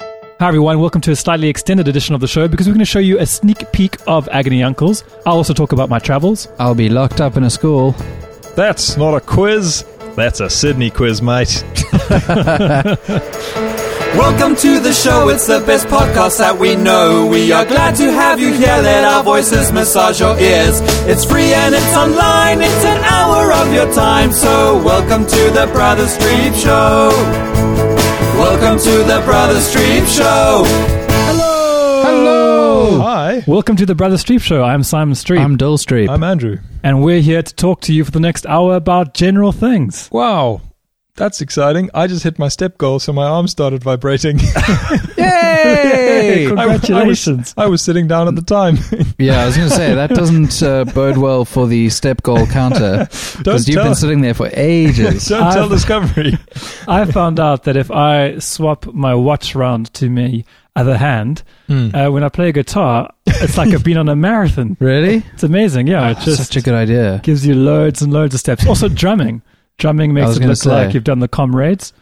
Hi, everyone. Welcome to a slightly extended edition of the show because we're going to show you a sneak peek of Agony Uncles. I'll also talk about my travels. I'll be locked up in a school. That's not a quiz. That's a Sydney quiz, mate. Welcome to the show, it's the best podcast that we know. We are glad to have you here, let our voices massage your ears. It's free and it's online, it's an hour of your time. So, welcome to the Brother Streep Show. Welcome to the Brother Streep Show. Hello! Hi, Welcome to the Brother Streep Show. I'm Simon Streep, I'm Dull Streep. I'm Andrew. and we're here to talk to you for the next hour about general things. Wow, that's exciting. I just hit my step goal, so my arm started vibrating. Hey, I was- congratulations. I was sitting down at the time. yeah, I was going to say, that doesn't uh, bode well for the step goal counter. Don't Because you've tell- been sitting there for ages. Don't tell I've- Discovery. I found out that if I swap my watch round to my other hand, uh, when I play guitar, it's like I've been on a marathon. really? It's amazing. Yeah, it That's just Ah, Such a good idea. gives you loads and loads of steps. Also, drumming. Drumming I makes was it gonna look like say. you've done the comrades.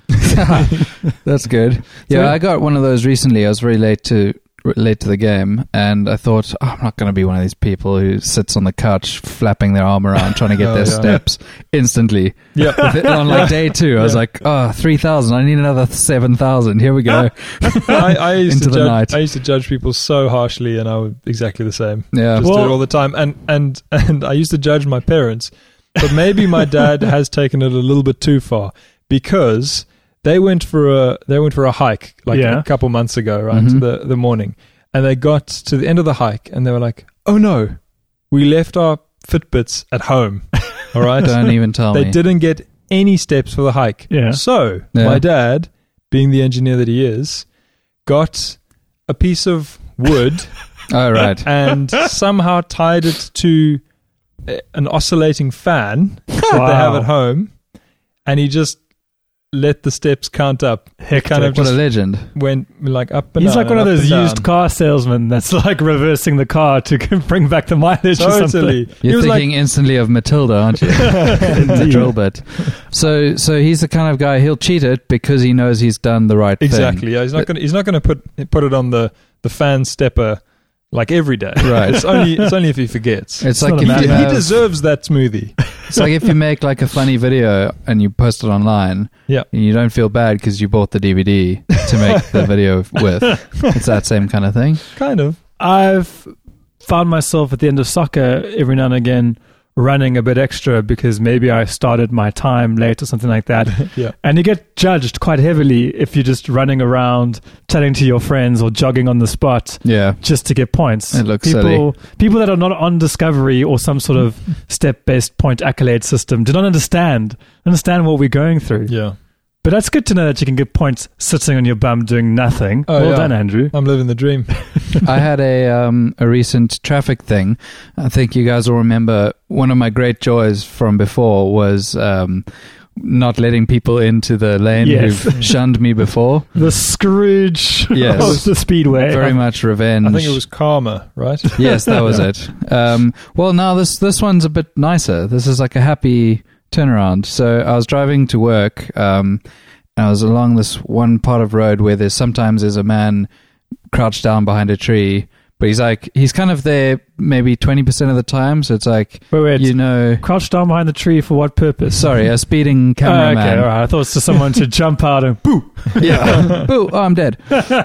That's good. Yeah, So- I got one of those recently. I was very late to r- late to the game, and I thought oh, I'm not going to be one of these people who sits on the couch flapping their arm around trying to get Oh, their yeah. steps instantly. Yeah. Th- on like day two, I was like, oh, 3,000. I need another 7,000. Here we go. I, I used Into to the judge, night. I used to judge people so harshly, and I was exactly the same. Yeah. just do Well- it all the time. And and and I used to judge my parents, but maybe my dad has taken it a little bit too far because they went for a they went for a hike like Yeah. a couple months ago, right? Mhm. The the morning, and they got to the end of the hike, and they were like, "Oh no, we left our Fitbits at home." All right, Don't even tell they me. didn't get any steps for the hike. Yeah. So Yeah. my dad, being the engineer that he is, got a piece of wood Oh, right. and somehow tied it to uh, an oscillating fan that they have at home, and he just let the steps count up. He kind of What a just legend. went like up and He's down like one of and up those and used down. car salesmen that's like reversing the car to bring back the mileage or something. Totally, he You're was thinking instantly of Matilda, aren't you? the drill bit. So, so he's the kind of guy he'll cheat it because he knows he's done the right like exactly. Yeah, he's not But- gonna he's not gonna put put it on the the fan stepper like every day. thing. Exactly. Right. It's only it's only if he forgets. It's not like a if he, you he have, deserves that smoothie. it's like if you make like a funny video and you post it online, Yeah. and you don't feel bad because you bought the DVD to make the video with. It's that same kind of thing. Kind of. I've found myself at the end of soccer every now and again running a bit extra because maybe I started my time late or something like that. Yeah. And you get judged quite heavily if you're just running around chatting to your friends or jogging on the spot Yeah, just to get points. It looks people people that are not on discovery or some sort of step based point accolade system do not understand understand what we're going through. Yeah. But that's good to know that you can get points sitting on your bum doing nothing. Oh, well yeah. done, Andrew. I'm living the dream. I had a um, a recent traffic thing. I think you guys will remember one of my great joys from before was um, not letting people into the lane Yes. who've shunned me before. The Scrooge Yes. of the Speedway. Very much revenge. I think it was karma, right? yes, that was it. Um, well, now this this one's a bit nicer. This is like a happy turnaround. So I was driving to work, um, and I was along this one part of road where there's sometimes there's a man crouched down behind a tree, but he's like he's kind of there maybe twenty percent of the time. So it's like Wait, wait. you know, Crouched down behind the tree for what purpose? sorry, a speeding Oh, cameraman. okay, all right. I thought it was just someone to jump out and boop. yeah. Boo, oh, I'm dead.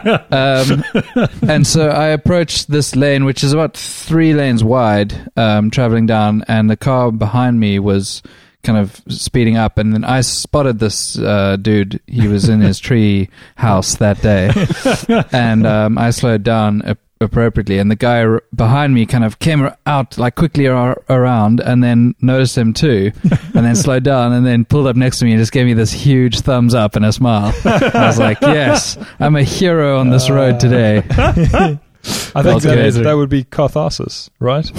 Um, and so I approached this lane, which is about three lanes wide, um, traveling down, and the car behind me was kind of speeding up. And then I spotted this uh, dude. He was in his tree house that day. and um, I slowed down a- appropriately. And the guy r- behind me kind of came ar- out like quickly ar- around and then noticed him too, and then slowed down and then pulled up next to me and just gave me this huge thumbs up and a smile. And I was like, "Yes, I'm a hero on this road today." I Well, think that, is- it's amazing. that would be catharsis, right?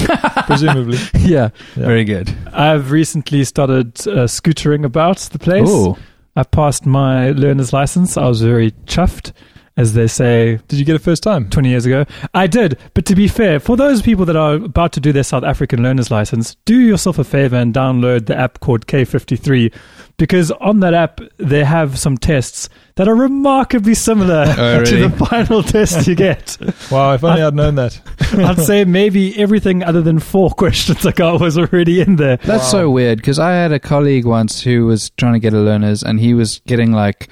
Presumably. yeah, Yeah. very good. I've recently started uh, scootering about the place. Oh, I passed my learner's license. I was very chuffed. as they say Did you get it first time? 20 years ago. I did. But to be fair, for those people that are about to do their South African learner's license, do yourself a favor and download the app called K53 because on that app, they have some tests that are remarkably similar Oh, to really? the final test you get. Wow, if only I'd known that. I'd say maybe everything other than four questions I got was already in there. That's so weird because I had a colleague once who was trying to get a learner's, and he was getting like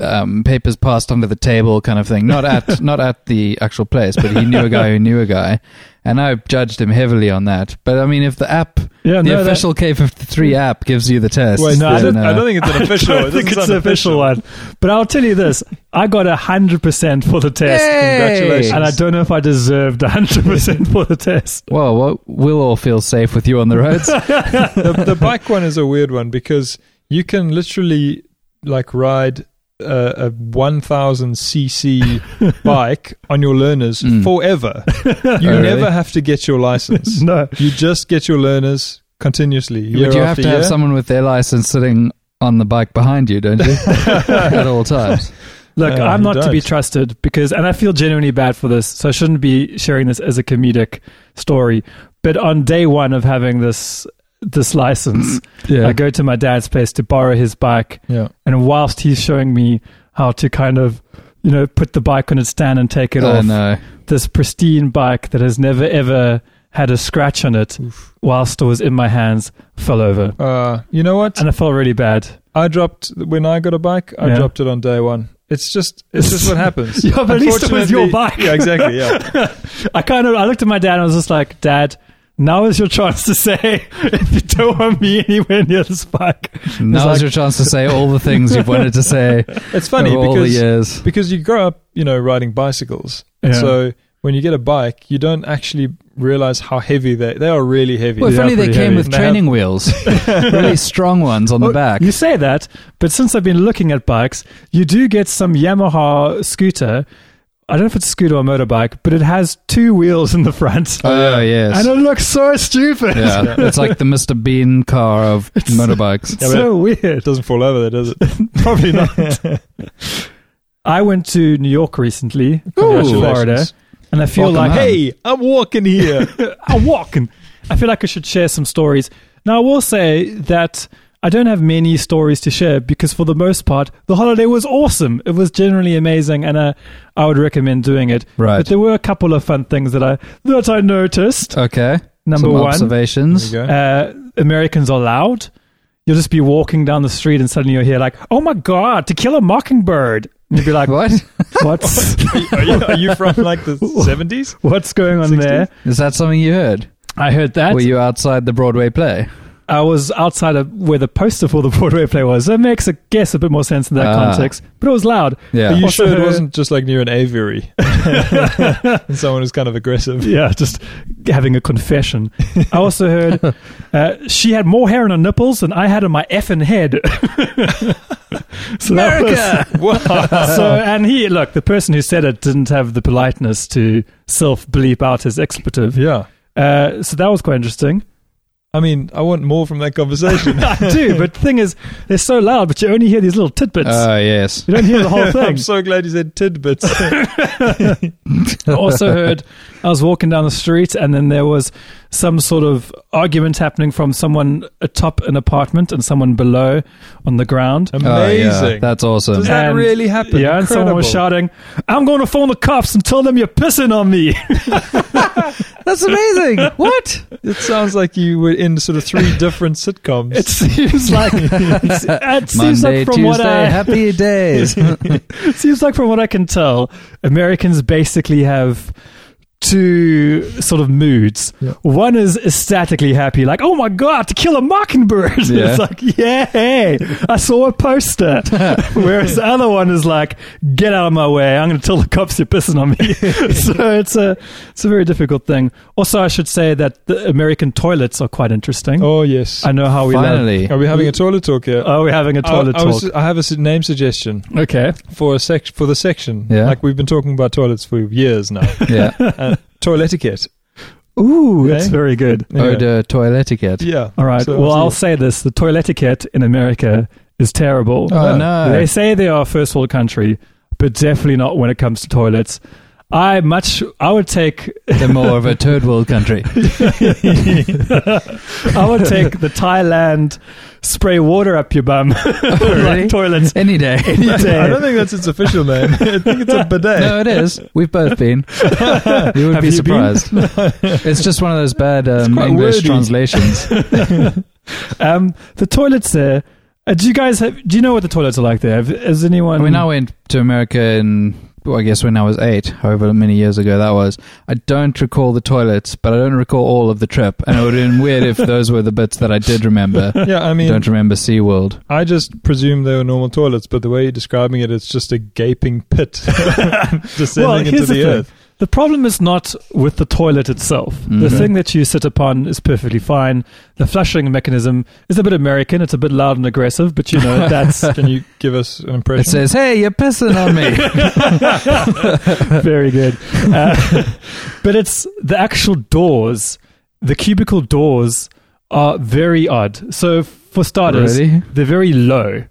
um, papers passed under the table kind of thing. Not at not at the actual place, but he knew a guy who knew a guy, and I judged him heavily on that. But I mean, if the app, Yeah, no, the that- official K fifty three app gives you the test, Wait, no, I then, don't, I uh, don't think it's an official. I It don't think doesn't it's sound an official one. But I'll tell you this I got 100% for the test. Yay! Congratulations. And I don't know if I deserved 100% for the test. Well, well, we'll all feel safe with you on the roads. the, the bike one is a weird one because you can literally like ride a, a 1000 cc bike on your learners Mm. forever you really? never have to get your license No. you just get your learners continuously year But you have after to year have someone with their license sitting on the bike behind you, don't you? at all times. Look, No, I'm Uh, you not to be don't. trusted because, and I feel genuinely bad for this, so I shouldn't be sharing this as a comedic story. But on day one of having this this license, Yeah. I go to my dad's place to borrow his bike, yeah and whilst he's showing me how to kind of, you know, put the bike on its stand and take it oh, off, no. this pristine bike that has never ever had a scratch on it, whilst it was in my hands, fell over, uh, you know what and I felt really bad. i dropped when i got a bike i Yeah. dropped it on day one it's just it's just what happens Yeah, but at least it was your Unfortunately- bike. yeah exactly yeah I kind of I looked at my dad and I was just like, Dad, now is your chance to say if you don't want me anywhere near this bike. Now's like- your chance to say all the things you've wanted to say it's funny over all the because years. because you grow up, you know, riding bicycles, and Yeah. so when you get a bike, you don't actually realize how heavy they they are. Really heavy. Well, if Yeah, only they pretty came heavy. with They training wheels, really strong ones on the back. Oh, You say that, but since I've been looking at bikes, you do get some Yamaha scooter. I don't know if it's a scooter or motorbike, but it has two wheels in the front. Oh, yes. And it looks so stupid. yeah, it's like the Mr. Bean car of motorbikes. Yeah, but so weird. it doesn't fall over there, does it? Probably not. I went to New York recently, Ooh. Florida, and I feel Welcome like home. Hey, I'm walking here. I'm walking. I feel like I should share some stories. Now, I will say that I don't have many stories to share because, for the most part, the holiday was awesome. It was generally amazing, and uh, I would recommend doing it. Right. But there were a couple of fun things that I that I noticed. Okay. Number Some one, there you observations. go. uh, Americans are loud. You'll just be walking down the street, and suddenly you'll hear like, "Oh my god, To Kill a Mockingbird," and you'll be like, What? "What's are, you, are you from like the 70s? what's going on there?" Is that something you heard? I heard that. Were you outside the Broadway play? I was outside of where the poster for the Broadway play was. That makes, I guess, a bit more sense in that Ah. context. But it was loud. Yeah. Are you Also sure it her- wasn't just like near an aviary? and someone was kind of aggressive. Yeah, just having a confession. I also heard uh, she had more hair on her nipples than I had on my effing head. so that was- so, and he, look, the person who said it didn't have the politeness to self bleep out his expletive. Yeah. Uh, so that was quite interesting. I mean, I want more from that conversation. I do, but the thing is, they're so loud, but you only hear these little tidbits. Oh, yes. you don't hear the whole I'm thing. so glad you said tidbits. Oh, I also heard I was walking down the street and then there was some sort of argument happening from someone atop an apartment and someone below on the ground. Oh, yeah. Amazing. That's awesome. Does that And- really happen? yeah, and someone was Incredible. shouting, I'm going to phone the cops and tell them you're pissing on me. That's amazing. What? It sounds like you were in sort of three different sitcoms. It seems like it seems Monday, like from Tuesday, what I happy days. it seems like from what I can tell, Americans basically have two sort of moods. Yeah. One is ecstatically happy, like, oh my god, to kill a mockingbird. Yeah. it's like, yay, I saw a poster. Whereas the other one is like, get out of my way, I'm gonna tell the cops you're pissing on me. so it's a it's a very difficult thing. Also I should say that the American toilets are quite interesting. oh yes. I know how we love Finally. Are we having a toilet talk here? Oh, we're having a toilet I, I, talk. was- I have a su- name suggestion okay. for a sec- for the section. Yeah. Like we've been talking about toilets for years now. Yeah. uh, toilet etiquette. Ooh, that's Okay. very good. Anyway. Eau de toilet etiquette. Yeah. Oh, All right. So well, obviously- I'll say this: the toilet etiquette in America is terrible. Oh, Oh, no. They say they are a first world country, but definitely not when it comes to toilets. I much I would take They're more of a third world country. I would take the Thailand spray water up your bum Oh, Really? like toilets Any day. any I day. don't think that's its official name. I think it's a bidet. No, it is. We've both been. You would Have be you surprised. it's just one of those bad um, quite English wordy. translations. Um, the toilets there. Uh, do you guys have? Do you know what the toilets are like there? Have- Has anyone? I mean, I went to America in, well, I guess when I was eight, however many years ago that was. I don't recall the toilets, but I don't recall all of the trip. And it would have been weird if those were the bits that I did remember. Yeah, I mean, don't remember SeaWorld. I just presume they were normal toilets, but the way you're describing it, it's just a gaping pit descending Well, into here's the, the thing. earth. The problem is not with the toilet itself. The Mhm. thing that you sit upon is perfectly fine. The flushing mechanism is a bit American. It's a bit loud and aggressive, but you know that's Can you give us an impression? It says, hey, you're pissing on me. very good. Uh, but it's the actual doors. The cubicle doors are very odd. So for starters, Really? they're very low.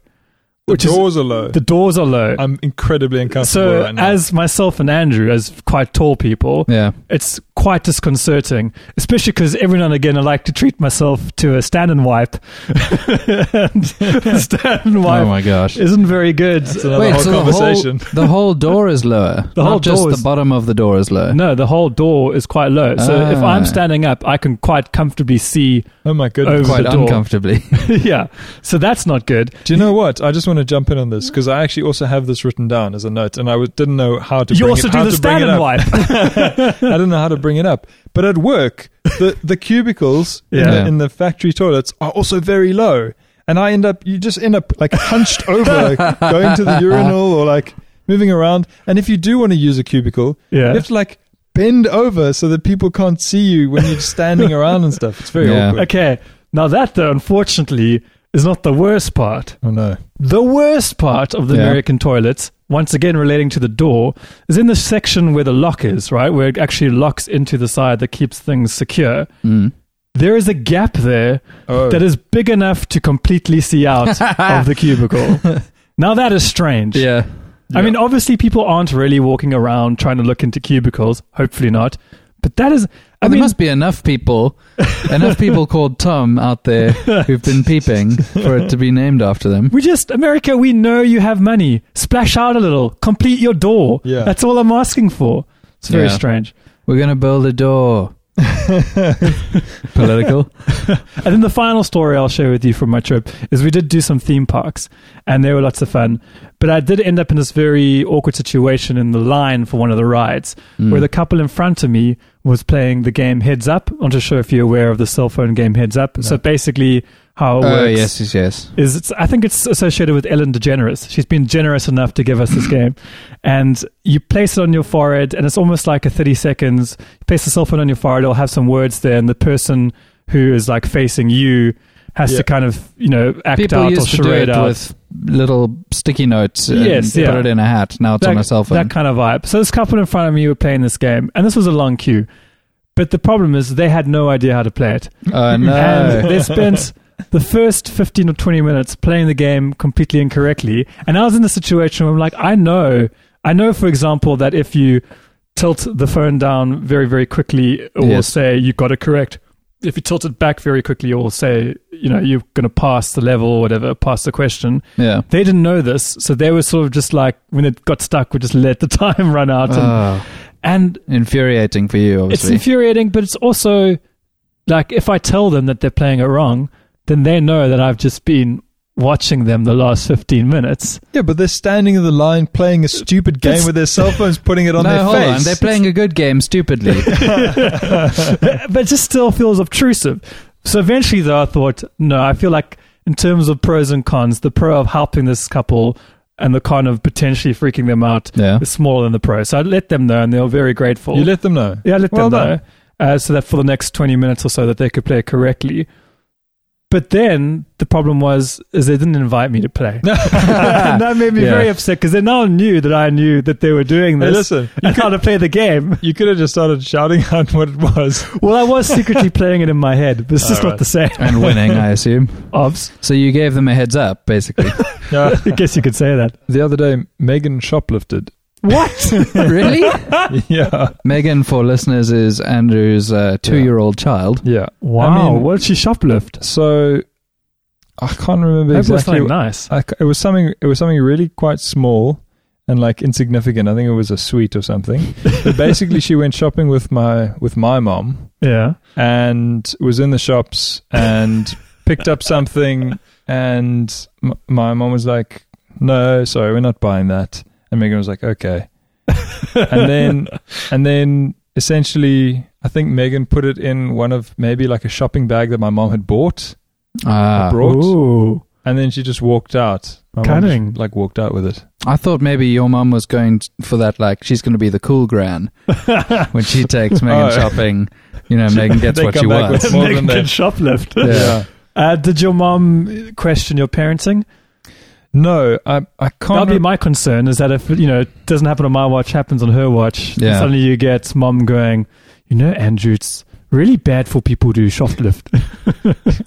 the Which is doors are low. the doors are low. I'm incredibly uncomfortable so right now. as myself and Andrew, as quite tall people, Yeah. it's quite disconcerting, especially because every now and again I like to treat myself to a stand and wipe. and stand and Oh wipe my gosh. isn't very good. That's another whole conversation. The, whole, the whole door is lower. The whole Not just door is- the bottom of the door is lower. No, the whole door is quite low. So if Ah. I'm standing up, I can quite comfortably see. oh my goodness. over Quite the door. uncomfortably. yeah. So that's not good. Do you know what? I just want to jump in on this because I actually also have this written down as a note, and I w- didn't know how to. You bring also it, do how the to bring stand it and up. wipe. I didn't know how to bring it up, but at work, the the cubicles in, Yeah. the, in the factory toilets are also very low, and I end up you just end up like hunched over, like going to the urinal or like moving around. And if you do want to use a cubicle, Yeah. you have to like bend over so that people can't see you when you're standing around and stuff. It's very Yeah. awkward. okay. Now that though, unfortunately, is not the worst part. Oh no! The worst part of the Yeah. American toilets, once again relating to the door, is in the section where the lock is, right? Where it actually locks into the side that keeps things secure. Mm. There is a gap there Oh. that is big enough to completely see out of the cubicle. Now that is strange. Yeah. I mean, obviously, people aren't really walking around trying to look into cubicles. Hopefully not. But that is, I Well, there mean, must be enough people, enough people called Tom out there who've been peeping for it to be named after them. we just America. We know you have money. Splash out a little. Complete your door. Yeah. that's all I'm asking for. It's very Yeah. strange. We're gonna build a door. Political. And then the final story I'll share with you from my trip is we did do some theme parks and they were lots of fun. But I did end up in this very awkward situation in the line for one of the rides Hmm. where the couple in front of me was playing the game Heads Up. I'm not sure if you're aware of the cell phone game Heads Up. So basically, how it Oh works yes, yes, yes. is it's, I think it's associated with Ellen DeGeneres. She's been generous enough to give us this game. And you place it on your forehead, and it's almost like a 30 seconds. You place the cell phone on your forehead, it'll have some words there, and the person who is like facing you has Yeah. to kind of, you know, act People out or used to do charade it out. with little sticky notes and Yes, put yeah. it in a hat. Now it's on a cell phone. that kind of vibe. So this couple in front of me were playing this game, and this was a long queue. But the problem is they had no idea how to play it. oh and no! they spent the first 15 or 20 minutes playing the game completely incorrectly and i was in a situation where i'm like i know i know for example that if you tilt the phone down very very quickly it will Yes. say you got it correct if you tilt it back very quickly it will say you know you're going to pass the level or whatever pass the question yeah. they didn't know this so they were sort of just like when it got stuck we just let the time run out and, Oh, and infuriating for you, it's obviously. infuriating, but it's also like if I tell them that they're playing it wrong, then they know that I've just been watching them the last 15 minutes. Yeah, but they're standing in the line playing a stupid game with their cell phones, putting it on no, their hold face. on. They're playing a good game stupidly. but it just still feels obtrusive. So eventually, though, I thought, no, I feel like in terms of pros and cons, the pro of helping this couple and the con of potentially freaking them out Yeah. is smaller than the pro. So I let them know, and they were very grateful. you let them know. Yeah, I let Well them done. know. Uh, so that for the next 20 minutes or so that they could play it correctly. But then the problem was is they didn't invite me to play. and that made me Yeah. very upset because they now knew that I knew that they were doing Hey, this. listen, and how to play the game. you could have just started shouting out what it was. Well, I was secretly playing it in my head, but it's just All not the same. and winning, I assume. Obs. So you gave them a heads up, basically. Yeah. I guess you could say that. the other day, Megan shoplifted. What? really? yeah, Megan, for listeners, is Andrew's uh, two-year-old child. yeah. wow. I mean- what did she shoplift? So I can't remember That was exactly. something nice. I c- it was something. It was something really quite small and like insignificant. I think it was a sweet or something. but basically, she went shopping with my with my mom Yeah. and was in the shops and picked up something. And m- my mom was like, "No, sorry, we're not buying that." And Megan was like, "Okay." and then and then essentially, I think Megan put it in one of maybe like a shopping bag that my mom had bought Ah, brought, Ooh. and then she just walked out. My mum Cunning. just, like walked out with it. I thought maybe your mum was going t- for that, like she's going to be the cool gran when she takes Megan Oh. shopping. You know, Megan gets They what come she back with wants. more than Naked that. shoplift. Yeah. Uh, did your mom question your parenting? No, I I That'll can't. be rem- my concern is that if, you know, it doesn't happen on my watch, happens on her watch, Yeah. suddenly you get mom going, you know, Andrew, it's really bad for people to shoplift.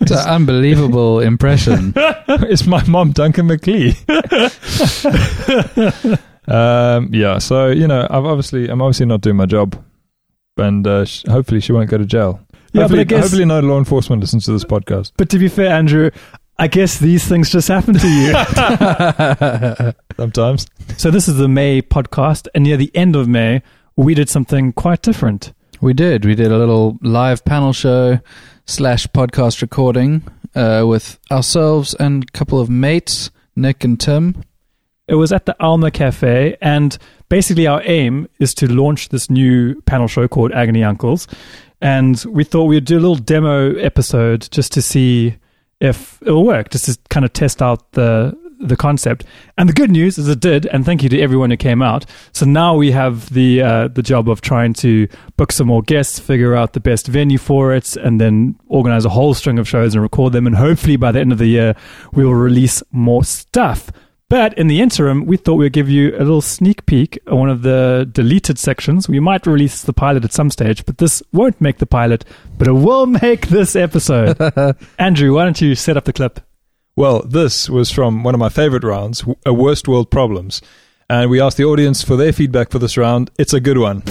It's an unbelievable impression. it's my mom, Duncan McLee. um, yeah. So you know, I've obviously I'm obviously not doing my job, and uh, sh- hopefully she won't go to jail. yeah, but hopefully, I guess, hopefully no law enforcement listens to this podcast. but to be fair, Andrew, I guess these things just happen to you. Sometimes So this is the May podcast, and near the end of May, we did something quite different. we did. We did a little live panel show slash podcast recording uh, with ourselves and a couple of mates, Nick and Tim. It was at the Alma Cafe, and basically our aim is to launch this new panel show called Agony Uncles, and we thought we'd do a little demo episode just to see if it'll work, just to kind of test out the the concept. And the good news is it did, and thank you to everyone who came out. So now we have the uh, the job of trying to book some more guests, figure out the best venue for it, and then organize a whole string of shows and record them. And hopefully by the end of the year, we will release more stuff. But in the interim, we thought we'd give you a little sneak peek at one of the deleted sections. We might release the pilot at some stage, but this won't make the pilot, but it will make this episode. Andrew, why don't you set up the clip? Well, this was from one of my favorite rounds, w- uh, Worst World Problems. And we asked the audience for their feedback for this round. It's a good one.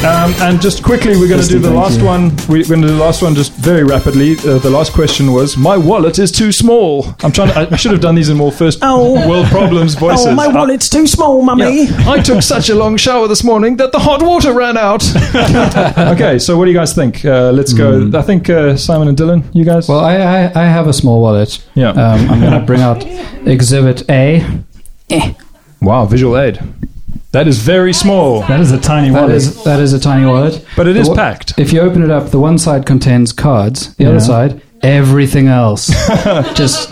Um, and just quickly, we're going to do Justin, the thank last you. one. We're going to do the last one just very rapidly. Uh, the last question was, "My wallet is too small." I'm trying. To, I should have done these in more first world problems voices. Uh, Oh, my wallet's too small, mummy. I took such a long shower this morning that the hot water ran out. okay, so what do you guys think? Uh, let's go. I think uh, Simon and Dylan, you guys. Well, I, I, I have a small wallet. yeah. Um, I'm going to bring out Exhibit A. wow, visual aid. That is very small, That is a tiny That wallet. is that is a tiny wallet. but it is The wa- packed. If you open it up, the one side contains cards, the other side everything else, just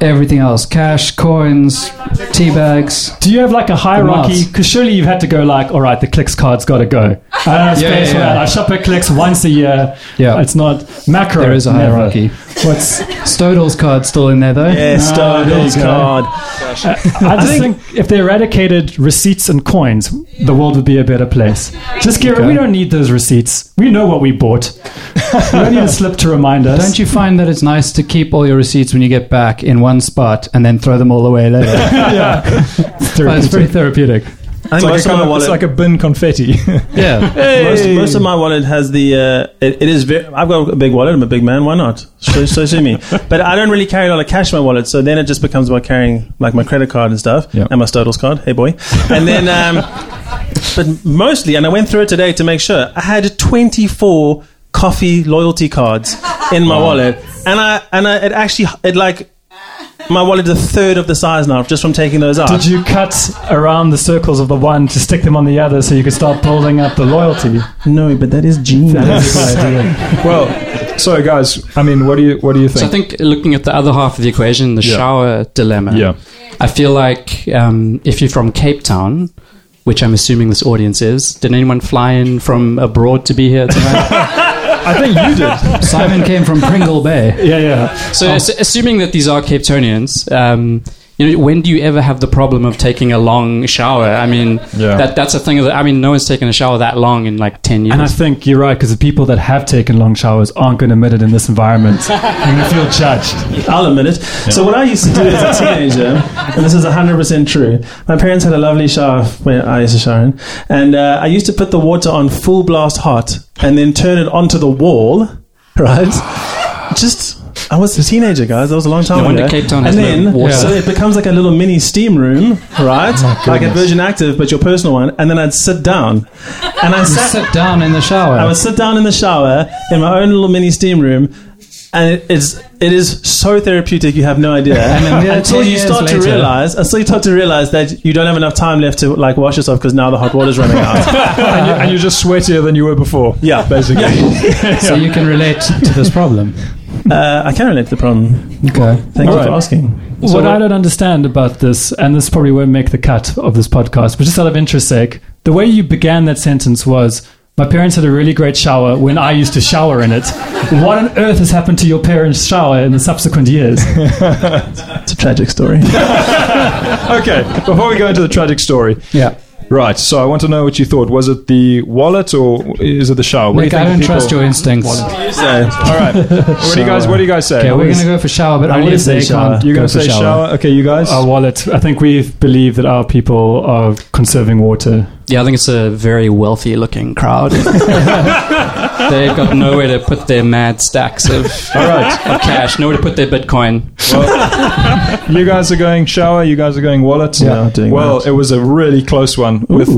everything else: cash, coins, tea bags. Do you have like a hierarchy? Nuts. Because surely you've had to go like, all right, the clicks card's got to go. I don't have Yeah, space yeah, for yeah. that. I shop at clicks once a year. Yeah, It's not macro. there is a never. hierarchy. What's Stodal's card's still in there though. Yes, Ah, there you Starbucks go. card. I just think, if they eradicated receipts and coins, the world would be a better place. Just give we don't need those receipts. We know what we bought. we don't need a slip to remind us. Don't you find that it's nice to keep all your receipts when you get back in one spot and then throw them all away later? Oh, it's very therapeutic. I It's think like, most a of kind my of- it's like wallet. a bin confetti. Yeah. most, most of my wallet has the. Uh, it, it is. Very, I've got a big wallet. I'm a big man. Why not? So, so sue me. But I don't really carry a lot of cash in my wallet. So then it just becomes about carrying like my credit card and stuff Yeah. and my Stodels card. Hey boy. And then. Um, but mostly, and I went through it today to make sure. I had 24 coffee loyalty cards in my wallet, and I and I it actually it like. My wallet is a third of the size now, just from taking those out. Did you cut around the circles of the one to stick them on the other so you could start building up the loyalty? No, but that is genius. well, so guys, I mean, what do you what do you So I think? think looking at the other half of the equation, the Yeah. shower dilemma, yeah, I feel like um, if you're from Cape Town, which I'm assuming this audience is. Did anyone fly in from abroad to be here tonight? I think you did. Simon came from Pringle Bay. Yeah, yeah. so, ass- assuming that these are Capetonians, um, you know, when do you ever have the problem of taking a long shower? I mean, Yeah. that that's a thing. That, I mean, no one's taken a shower that long in like ten years. And I think you're right because the people that have taken long showers aren't going to admit it in this environment. You're going to feel judged. I'll admit it. So what I used to do as a teenager, and this is hundred percent true. My parents had a lovely shower when I used to shower in, and uh, I used to put the water on full blast hot, and then turn it onto the wall. Right? Just I was a teenager, guys. That was a long time No wonder ago. Cape Town has and then no water. so it becomes like a little mini steam room, right? like at Virgin Active, but your personal one. And then I'd sit down, and I sat Sit down in the shower. I would sit down in the shower in my own little mini steam room, and it is it is so therapeutic. You have no idea. then, yeah, until 10 you start years to later. realize, until you start to realize that you don't have enough time left to like wash yourself because now the hot water's running out. and, you, and you're just sweatier than you were before. yeah, Basically. so you can relate to this problem. uh, I can relate to the problem. Okay. Thank you All right. for asking. what I don't understand about this, and this probably won't make the cut of this podcast, but just out of interest sake, the way you began that sentence was my parents had a really great shower when I used to shower in it. What on earth has happened to your parents' shower in the subsequent years? It's a tragic story. Okay, before we go into the tragic story. Yeah. Right, so I want to know what you thought. Was it the wallet or is it the shower? What Nick, do you I think don't people- trust your instincts. so, All right. What do you guys what do you guys say? Okay, we're going to go for shower, but I only would if say they shower. Uh, can't. You're going to say shower. Okay, you guys? Our wallet. I think we believe that our people are conserving water. Yeah, I think it's a very wealthy looking crowd. They've got nowhere to put their mad stacks of, All right. of cash, nowhere to put their Bitcoin. You guys are going shower. You guys are going wallet. Yeah, I'm doing well, that. it was a really close one with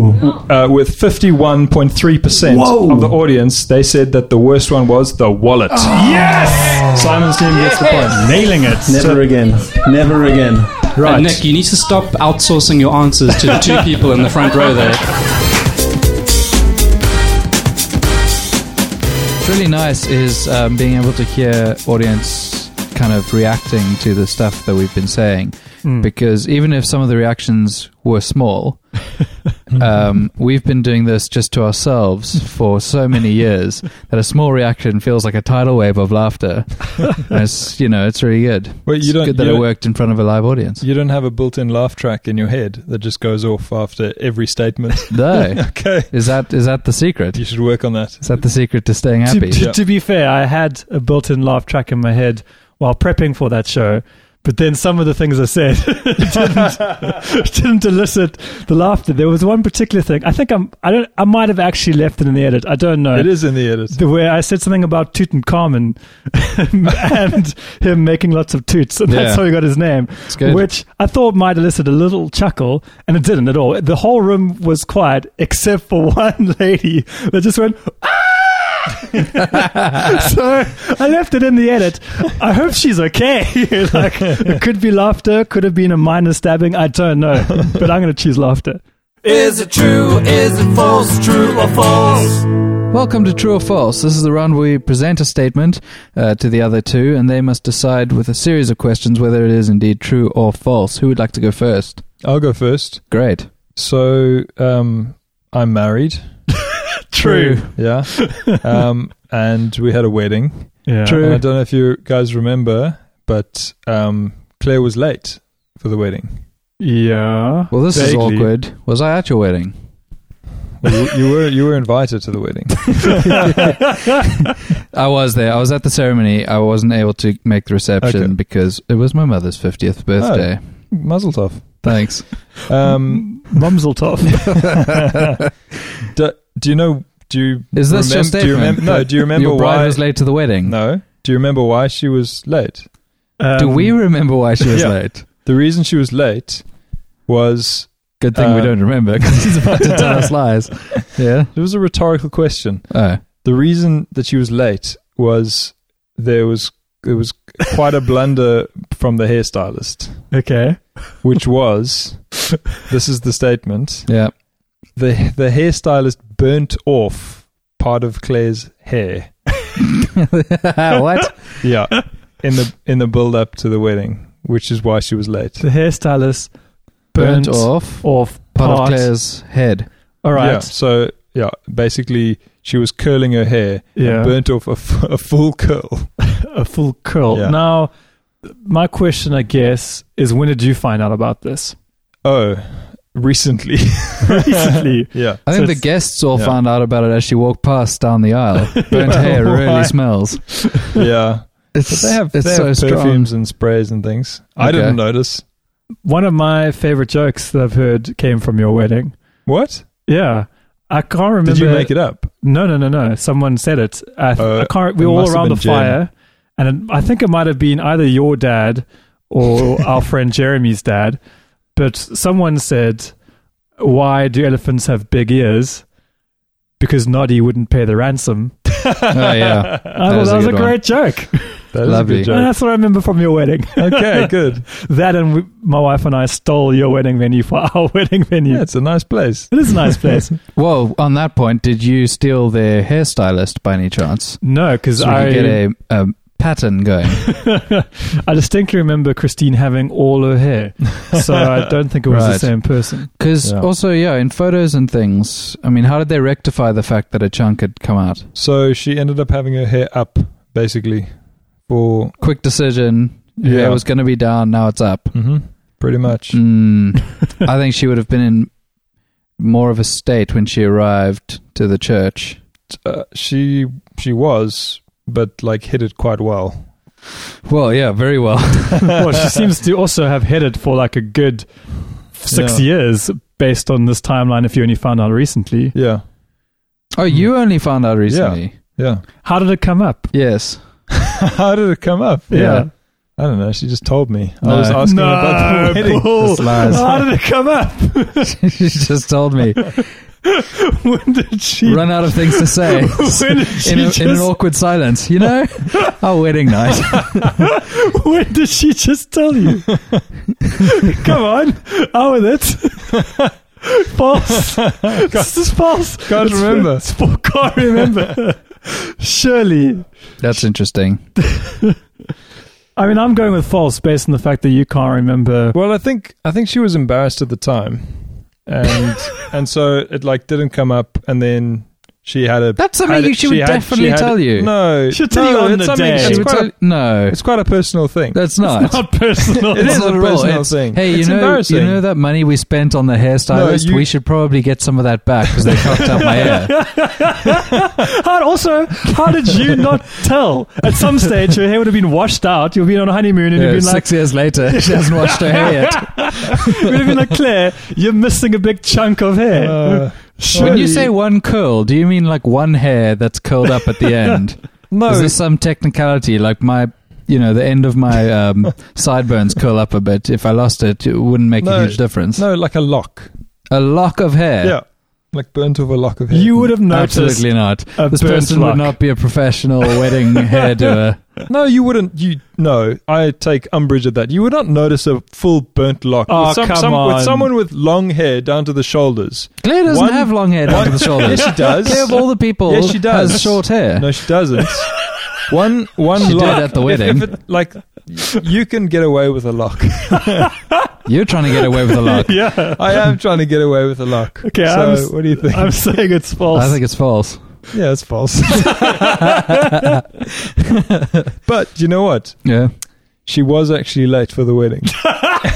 uh, with fifty one point three percent Whoa. of the audience. They said that the worst one was the wallet. Yes, Simon's team gets the point, nailing it. never again. Never again. right, And Nick, you need to stop outsourcing your answers to the two people in the front row there. What's really nice is um, being able to hear audience kind of reacting to the stuff that we've been saying, Hmm. because even if some of the reactions were small, um, we've been doing this just to ourselves for so many years that a small reaction feels like a tidal wave of laughter. And it's you know it's really good. Well, you It's don't- good that you it don't- worked in front of a live audience. you don't have a built-in laugh track in your head that just goes off after every statement. No, okay, is that is that the secret? you should work on that. Is that the secret to staying happy? to- Yeah. to be fair, I had a built-in laugh track in my head while prepping for that show. But then some of the things I said didn't, didn't elicit the laughter. There was one particular thing. I think I'm. I don't. I might have actually left it in the edit. I don't know. It is in the edit. the way I said something about Tutankhamun and him making lots of toots, and that's Yeah. how he got his name. good. Which I thought might elicit a little chuckle, and it didn't at all. The whole room was quiet except for one lady that just went. "Ah!" so I left it in the edit. I hope she's okay. like it could be laughter, could have been a minor stabbing. I don't know, but I'm going to choose laughter. Is it true? Is it false? True or false? Welcome to True or False. This is the round where we present a statement uh, to the other two, and they must decide with a series of questions whether it is indeed true or false. Who would like to go first? I'll go first. Great. So, um, I'm married. Yeah, um, and we had a wedding. Yeah. And I don't know if you guys remember, but um, Claire was late for the wedding. Yeah. Well, this is Vaguely. awkward. Was I at your wedding? Well, you, you were you were invited to the wedding. I was there. I was at the ceremony. I wasn't able to make the reception Okay. Oh. because it was my mother's 50th birthday. Muzzle tough. Thanks. Um, Mumseltoff. do, do you know? Do you Is this your remem- do you statement? remem- no. Do you remember Your bride why? was late to the wedding. No. Do you remember why she was late? um, Do we remember why she was Yeah. late? The reason she was late was Good thing we Uh, don't remember because she's about to tell us lies. Yeah. it was a rhetorical question. Oh. The reason that she was late was there was it was quite a blunder from the hairstylist, Okay. which was this is the statement. Yeah. the the hairstylist burnt off part of Claire's hair. what? Yeah, in the in the build up to the wedding, which is why she was late. The hairstylist burnt, Burnt off off part of part. Claire's head. All Yeah, right. so yeah, basically she was curling her hair Yeah. and burnt off a, f- a full curl. A full curl. Yeah. Now, my question, I guess, is when did you find out about this? Oh, recently. Recently. yeah. I So think the it's- guests all yeah. found out about it as she walked past down the aisle. Burnt hair Why? really smells. Yeah. But It's, they have, it's they so have strong. perfumes and sprays and things. I Okay. didn't notice. One of my favorite jokes that I've heard came from your wedding. What? Yeah. I can't remember. Did you make it up? No, no, no, no. Someone said it. I, th- Uh, I can't. We it were all must have around the been Jen. fire, and it, I think it might have been either your dad or our friend Jeremy's dad. But someone said, "Why do elephants have big ears?" Because Noddy wouldn't pay the ransom. Oh, yeah. I That thought is that a was a, good one. great joke. That is Lovely. a good And joke. that's what I remember from your wedding. okay, good. that and we, my wife and I stole your wedding venue for our wedding venue. Yeah, it's a nice place. It is a nice place. Well, on that point, did you steal their hairstylist by any chance? no, because So we I could get a, a pattern going. I distinctly remember Christine having all her hair, so I don't think it was the Right. same person. Because Yeah. also, yeah, in photos and things, I mean, how did they rectify the fact that a chunk had come out? So she ended up having her hair up, basically, for Quick decision. Yeah. Yeah. It was going to be down. Now it's up. mhm, pretty much. Mm. I think she would have been in more of a state when she arrived to the church. Uh, she she was, but like hit it quite well. Well, yeah, very well. well, she seems to also have headed for like a good six Yeah. years based on this timeline. If you only found out recently, Yeah, Oh, you only found out recently. yeah. how did it come up? Yes. How did it come up? Yeah. I don't know. She just told me. No. I was asking No, about the wedding. Paul. That's lies. How did it come up? she just told me. When did she? Run out of things to say. When did she In, a, just? in an awkward silence, you know? Our wedding night. when did she just tell you? come on, out with it. false. this is false. Can't It's- remember. It's, for- can't remember. Surely. That's interesting. I mean, I'm going with false based on the fact that you can't remember. Well, I think I think she was embarrassed at the time, and and so it like didn't come up, and then she had a. That's something had a- she would had- definitely had- tell you. No, She'll tell no, you on the it's something- day. it's She She would quite a- tell- no, It's quite a personal thing. that's not. Not personal. It It's is not a at all. personal It's- thing. Hey, you It's know, embarrassing. you know that money we spent on the hairstylist. No, you- we should probably get some of that back because they fucked up my hair. How, also, how did you not tell? At some stage, your hair would have been washed out. You've been on a honeymoon and Yeah, you've been like, six years later, she hasn't washed her hair yet. you would have been like, Claire, you're missing a big chunk of hair. Oh, Uh, when Surely- you say one curl, do you mean like one hair that's curled up at the end? no, Is there some technicality like my? You know, the end of my um, sideburns curl up a bit. If I lost it, it wouldn't make No, a huge difference. no, like a lock. A lock of hair. Yeah, like burnt off a lock of hair. you would have noticed. Absolutely not. a This burnt person lock. would not be a professional wedding hairdoer. No, you wouldn't. You no. I take umbrage at that. You would not notice a full burnt lock. Oh, with, come on. with someone with long hair down to the shoulders. Claire doesn't One- have long hair down to the shoulders. yes, she does. Claire of all the people Yes, she does. has short hair. No, she doesn't. one one She did lock at the If- If, wedding. it, like you can get away with a lock. You're trying to get away with a lock. Yeah. I am trying to get away with a lock. Okay, so I'm s- what do you think? I'm saying it's false. I think it's false. yeah, it's false. but you know what? Yeah. She was actually late for the wedding,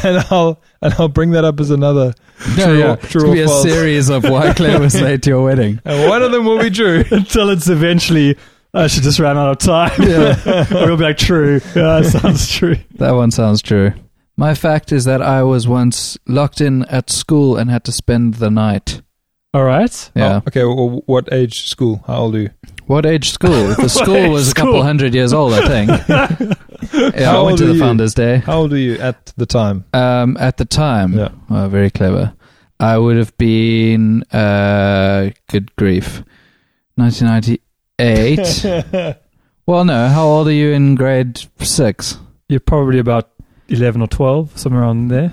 and I'll and I'll bring that up as another. No, yeah. true It's gonna or be a false? series of why Claire was late to your wedding. And one of them will be Drew. until it's eventually uh, she just ran out of time. or you'll be like, true. Yeah, that sounds true. That one sounds true. My fact is that I was once locked in at school and had to spend the night. All right. Yeah. Oh, okay. Well, what age school? How old are you? What age school? The school age was a school? couple hundred years old, I think. yeah, How I old went to are the you? Founders Day. How old are you at the time? Um, at the time, Yeah. oh, very clever. I would have been, uh, good grief, 1998. well, no, how old are you in grade six? You're probably about 11 or 12, somewhere around there,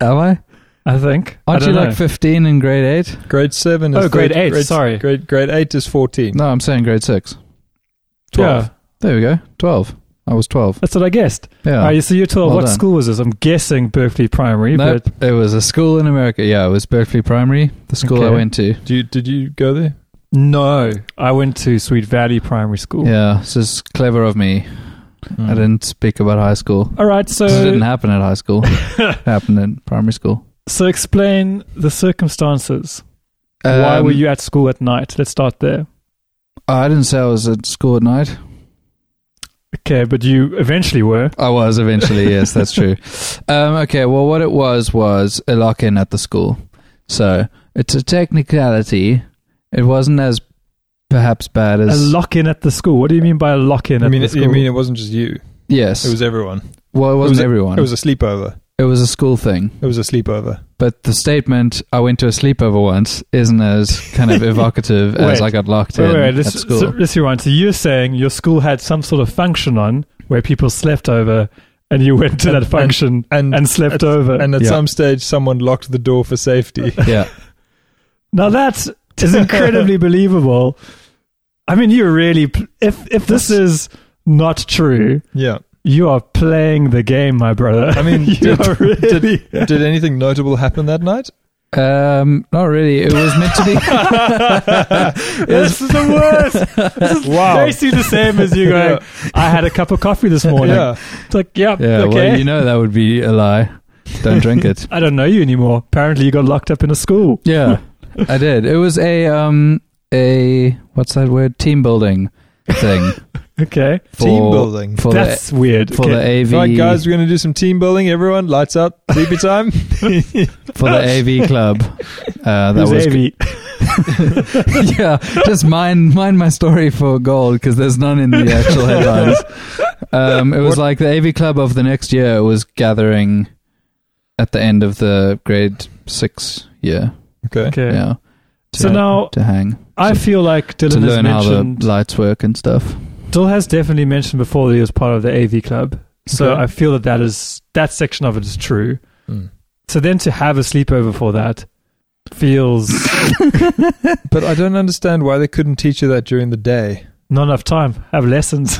Am I? I think. I Aren't don't you know. like 15 in grade eight? Grade seven. Is Oh, grade thirteen- eight, sorry. grade grade eight is fourteen. No, I'm saying grade six. Yeah. Twelve. There we go, 12. I was 12. That's what I guessed. Yeah. All right, so you're 12. Well what done. school was this? I'm guessing Berkeley Primary, Nope, it was a school in America. Yeah, it was Berkeley Primary, the school I Okay. went to. Do you, did you go there? but no, I went to Sweet Valley Primary School. Yeah, this is clever of me. Mm. I didn't speak about high school. All right, so This didn't happen at high school. it happened in primary school. so explain the circumstances. Why Um, were you at school at night? Let's start there. I didn't say I was at school at night. Okay, but you eventually were. I was eventually, yes, that's true. Um, okay, well, what it was was a lock in at the school. So it's a technicality. It wasn't as perhaps bad A as. lock in at the school. What do you mean by a lock in I at mean, the it, school? I mean, it wasn't just you. yes. It was everyone. well, it was wasn't a- everyone. It was a sleepover. a school thing. It was a sleepover. But the statement, I went to a sleepover once, isn't as kind of evocative as Wait. I got locked Wait, in wait, at let's, school. so, let's rewind. So you're saying your school had some sort of function on where people slept over, and you went to And- that function and, uh, and- slept over. And at Yeah. some stage, someone locked the door for safety. yeah. Now that is incredibly believable. I mean, you're really p- if if this is not true, yeah. you are playing the game, my brother. I mean, you did- are really. Did anything notable happen that night? Um, not really. It was meant to be. this is the worst. This is Wow. basically the same as you going. I had a cup of coffee this morning. Yeah. It's like, yeah, Yeah, okay. well, you know that would be a lie. Don't drink it. I don't know you anymore. Apparently, you got locked up in a school. Yeah, I did. It was a um a what's that word? Team building thing. Okay, For, team building. for that's weird. the for okay. the AV Right, guys, we're going to do some team building. Everyone, lights up. Sleepy time. for the AV club. Uh, that Who's was AV? yeah. Just mind mind my story for gold because there's none in the actual headlines. Um, it was like the AV club of the next year was gathering at the end of the grade six year. okay. Okay. Yeah. So To- now- to hang I feel like Dylan to has learn how the mentioned lights work and stuff. Dill has definitely mentioned before that he was part of the AV club, so Okay. I feel that that is that section of it is true. Mm. So then to have a sleepover for that feels But I don't understand why they couldn't teach you that during the day. not enough time. Have lessons.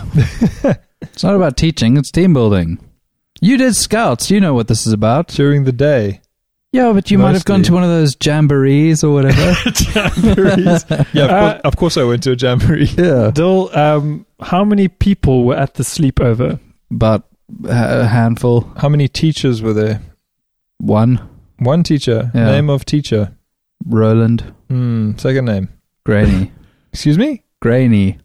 It's not about teaching, it's team building. You did scouts, you know what this is about. During the day. Yeah, but you might have gone Mostly. to one of those jamborees or whatever. Jamborees. Yeah, of, Uh, course, of course I went to a jamboree. yeah. Dill, um, how many people were at the sleepover? But a handful, How many teachers were there? one, One teacher. Yeah. Name of teacher. Roland, Mm, second name. Grainy. Excuse me? Grainy.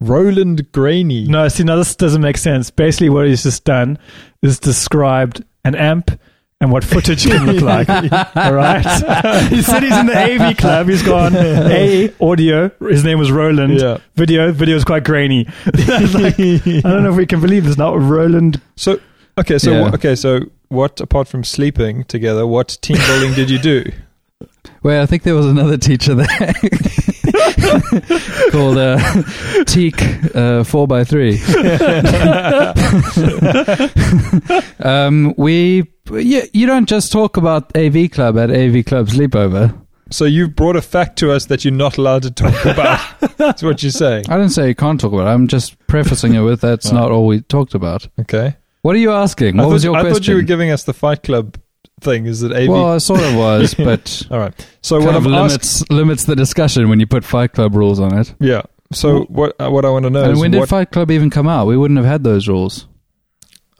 Roland Graney. No, see, now this doesn't make sense. Basically, what he's just done is described an amp and what footage can look like. All right. he said he's in the AV club. He's gone A audio. His name was Roland. Yeah. Video. Video is quite grainy. Like, I don't know if we can believe this now. Roland. So okay, so Yeah. wha- okay, so what apart from sleeping together, what team building did you do? Wait, I think there was another teacher there called uh, Teak uh, 4x3. um, we, you, you don't just talk about AV Club at AV Club Sleepover. So you've brought a fact to us that you're not allowed to talk about. That's what you're saying. I didn't say you can't talk about it. I'm just prefacing it with that's not all we talked about. Okay. What are you asking? I What thought, was your I question? thought you were giving us the Fight Club thing. Is that AV? well, I sort of was, but All right. So kind what of I'm limits asked, limits the discussion when you put Fight Club rules on it. yeah. So what uh, what I want to know and is when did what Fight Club even come out? We wouldn't have had those rules.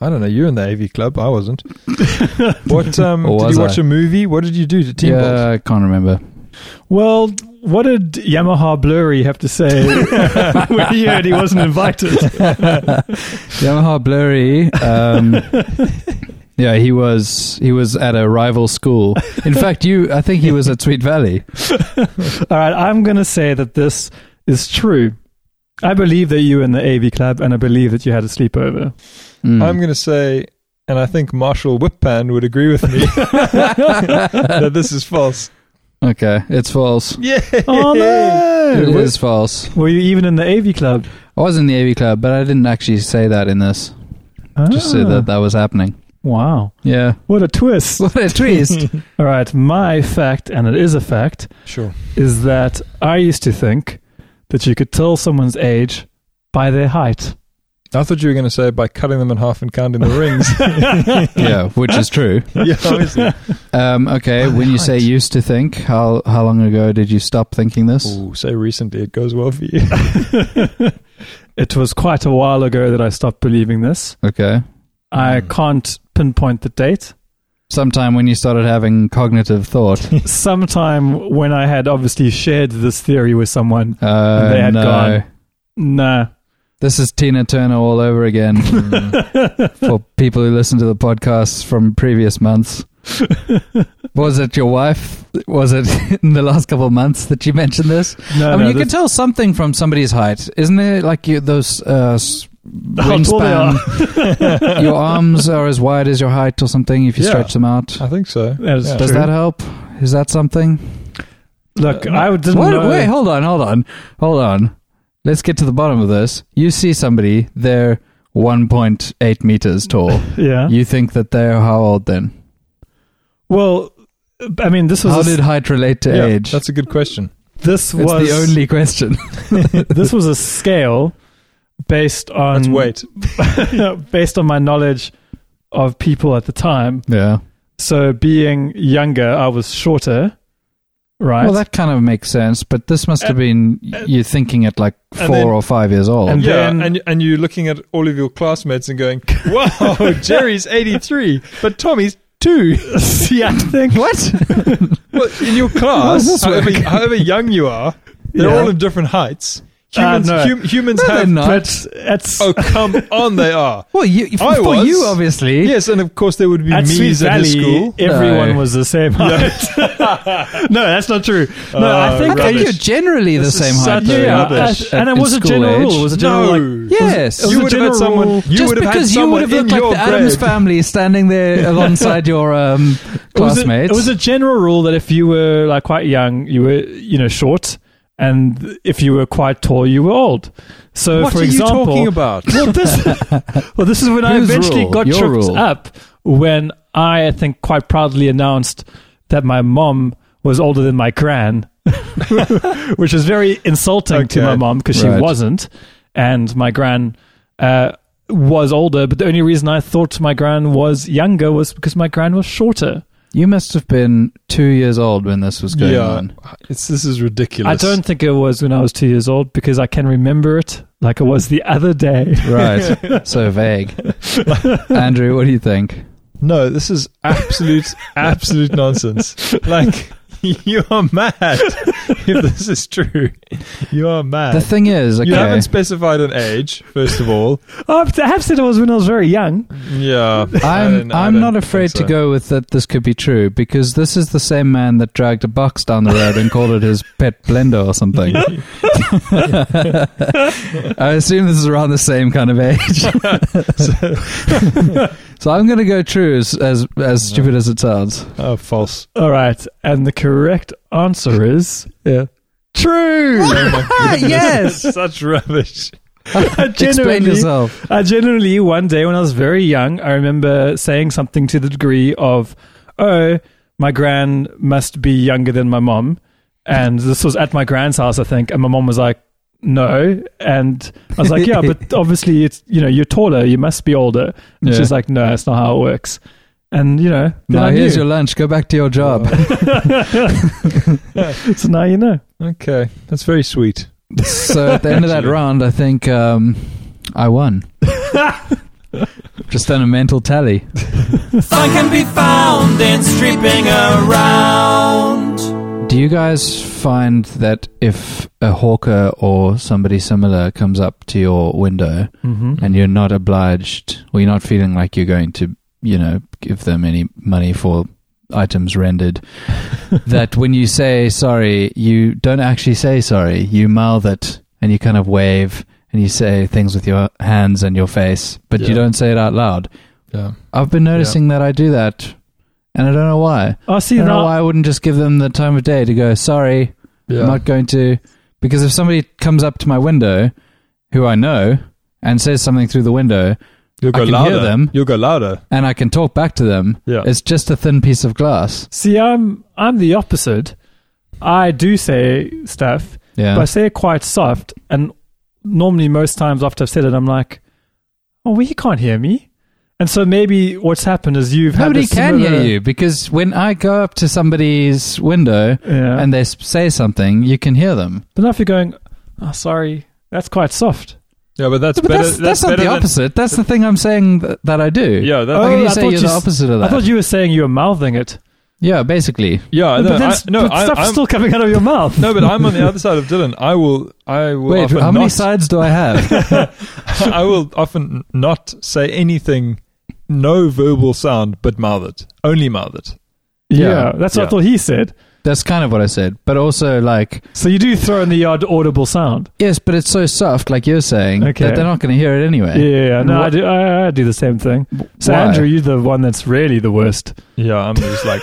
I don't know. You're in the AV club. I wasn't. what um, Or did was you watch I? a movie? What did you do to team yeah, build? I can't remember. Well, what did Yamaha Blurry have to say when he heard he wasn't invited? Yamaha Blurry. Um, yeah, he was he was at a rival school. In fact, you I think he was at Sweet Valley. All right, I'm going to say that this is true. I believe that you were in the AV club, and I believe that you had a sleepover. Mm. I'm going to say, and I think Marshall Whippan would agree with me that this is false. okay, it's false. Yeah. Oh It no! is false. Were you even in the AV club? I was in the AV Club, but I didn't actually say that in this. Just say Ah, that that was happening. Wow! Yeah. What a twist! What a twist. All right, my fact, and it is a fact, Sure. is that I used to think that you could tell someone's age by their height. I thought you were going to say by cutting them in half and counting the rings. yeah, which is true. yeah, obviously. Um, okay, when you say used to think, how how long ago did you stop thinking this? Ooh, so recently it goes well for you. It was quite a while ago that I stopped believing this. Okay, I Hmm. can't pinpoint the date. sometime when you started having cognitive thought. Sometime when I had obviously shared this theory with someone. Uh, They had no. gone. Nah. This is Tina Turner all over again for people who listen to the podcast from previous months. Was it your wife? Was it in the last couple of months that you mentioned this? No, I mean, no, you can this- tell something from somebody's height, isn't there? Like you, those uh, s- How tall they are. wingspan. your arms are as wide as your height, or something. If you Yeah. stretch them out, I think so. That is Yeah. does true. that help? Is that something? Look, I didn't What- know. Wait, hold on, hold on, hold on. Let's get to the bottom of this. You see somebody, they're 1.8 meters tall. yeah. You think that they're how old then? Well, I mean, this was How a- did height relate to Yeah, age? That's a good question. this It's was the only question. this was a scale based on Let's wait. based on my knowledge of people at the time. yeah. So being younger, I was shorter, right? Well, that kind of makes sense, but this must have been you thinking at like four and then- or five years old. and yeah, then- and and you're looking at all of your classmates and going, "Wow, Jerry's 83, but Tommy's two. yeah, I think what? Well, in your How's class, this however, work? however young you are, they're Yeah. all of different heights. Humans, no. hum- humans No, have. they're not. But it's Oh, come on, they are. Well, you, I for was. you, obviously. Yes, and of course there would be at Sweet me's at his Valley. school. Everyone No. was the same height. no, that's not true. No, I Oh, think I think rubbish. you're generally the This is same height. such though, yeah, rubbish. at- I- and at- it in was a school general age. rule. It was a general like No. Yes. It was you a would have had general someone. rule. You just would have had because you someone would have in looked like your the Adams grade. family standing there alongside your um, It was a- classmates. It was, a, general rule that if you were like quite young, you were you know short, and if you were quite tall, you were old. So, What for are you example, talking about? well, this, well, this is when I Whose eventually rule? got Your tripped rule. up when I, I think, quite proudly announced that my mom was older than my gran, which was very insulting to Okay. my mom because she Right. wasn't, and my gran. Uh, was older, but the only reason I thought my gran was younger was because my gran was shorter. you must have been two years old when this was going Yeah, on. it's, this is I ridiculous. don't think it was when I was two years old because I can remember it like it was the other day. Right. so vague. Andrew, what do you think? No, this is absolute, absolute nonsense. Like, you are mad if this is true. You are mad. The thing is, okay. You haven't specified an age, first of all. I have- I have said it was when I was very young. Yeah. I'm I'm not afraid to go with that this could be true because this is the same man that dragged a box down the road and called it his pet blender or something. I assume this is around the same kind of age. so I'm going to go true as, as as stupid as it sounds. Oh, false. All right. And the correct answer is Yeah. true. Ah, yes. Such rubbish. I Explain generally, yourself. I Uh, generally, one day when I was very young, I remember saying something to the degree of, oh, my gran must be younger than my mom. And this was at my gran's house, I think. And my mom was like, no. And I was like, yeah, but obviously, it's, you know, you're taller. You must be older. And Yeah. she's like, no, that's not how it works. And, you know, then Now I knew. here's your lunch. Go back to your job. so now you know. Okay. That's very sweet. so at the end of that round, I think um, I won. Just done a mental tally. Fun can be found in streeping around. Do you guys find that if a hawker or somebody similar comes up to your window Mm-hmm. and you're not obliged, or you're not feeling like you're going to, you know, give them any money for items rendered, that when you say sorry, you don't actually say sorry. You mouth it and you kind of wave and you say things with your hands and your face, but you Yeah. don't say it out loud. Yeah. I've been noticing that I do that, and I don't know why. I Oh, see I don't know now. why I wouldn't just give them the time of day to go, sorry, I'm not going to. Because if somebody comes up to my window who I know and says something through the window You'll go I can louder. hear them. You'll go louder. and I can talk back to them, Yeah. it's just a thin piece of glass. See, I'm I'm the opposite. I do say stuff, Yeah. but I say it quite soft. And normally, most times after I've said it, I'm like, oh, well, he can't hear me. And so maybe what's happened is you've had Nobody this can similar- hear you because when I go up to somebody's window Yeah. and they s- say something, you can hear them. But now if you're going, oh, sorry, that's quite soft. Yeah, but that's But better. that's, that's, not better the than- opposite. Oh. that's the thing I'm saying th- that I do. yeah, that, How can you Oh, I say thought you're the opposite of I that? thought you were saying you were mouthing it. Yeah, basically. yeah. No, but then I, s- no, but I, stuff's I'm, still coming out of your mouth. no, but I'm on the other side of Dylan. I will, I will Wait, often how many not, sides do I have? I will often not say anything, no verbal sound, but mouth it, only mouth it. yeah, Yeah. that's what I Yeah. thought he said. that's kind of what I said. But also, like, So you do throw in the odd audible sound. yes, but it's so soft, like you're saying, Okay. that they're not going to hear it anyway. Yeah, yeah, no, I What- do. I, I do the same thing. So Why? Andrew, you're the one that's really the worst. Yeah, I'm just like,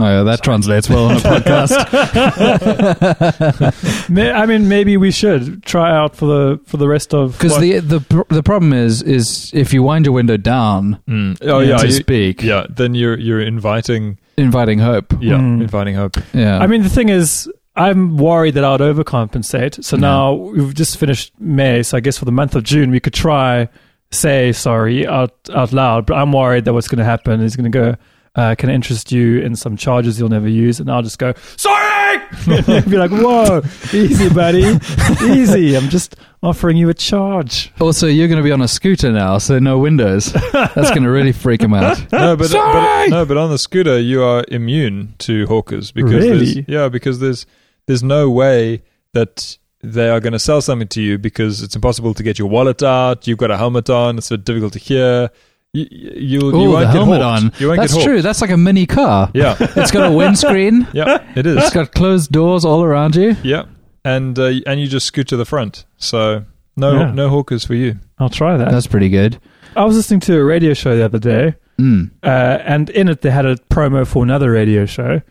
Oh, yeah, that translates well on a podcast. May, I mean, maybe we should try out for the for the rest of Because the the pr- the problem is is if you wind your window down mm, oh yeah, to you- speak, yeah. Then you're you're inviting, inviting hope. yeah, Mm. inviting hope. Yeah, I mean, the thing is, I'm worried that I would overcompensate. So Yeah. now we've just finished May, so I guess for the month of June we could try say sorry out out loud. But I'm worried that what's going to happen is going to go. Uh, can I interest you in some charges you'll never use, and I'll just go sorry. You'll be like, "Whoa, easy, buddy, easy." I'm just offering you a charge. Also, you're going to be on a scooter now, so no windows. That's going to really freak him out. No, but, Ah, Sorry! but no, but on the scooter you are immune to hawkers because there's- Really? yeah, because there's there's no way that they are going to sell something to you because it's impossible to get your wallet out. You've got a helmet on; it's so difficult to hear. You you, you Oh, won't the get helmet hawked. on. You won't That's get true. hawked. That's like a mini car. Yeah, It's got a windscreen. yeah, it It's is. got closed doors all around you. Yeah, and uh, and you just scoot to the front. So no Yeah. no hawkers for you. I'll try that. That's pretty good. I was listening to a radio show the other day, Mm. uh, and in it they had a promo for another radio show,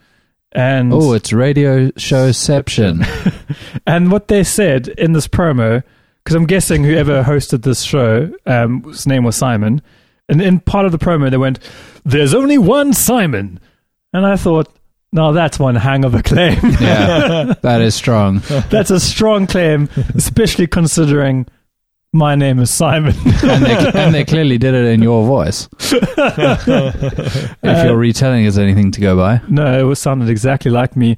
and Oh, it's radio showception. And what they said in this promo, because I'm guessing whoever hosted this show, um, his name was Simon, and in part of the promo they went, "There's only one Simon," and I thought, "No, that's one hang of a claim. yeah, that is strong. that's a strong claim, especially considering my name is Simon." And they, and they clearly did it in your voice. Uh, if your retelling is anything to go by. no, it was sounded exactly like me.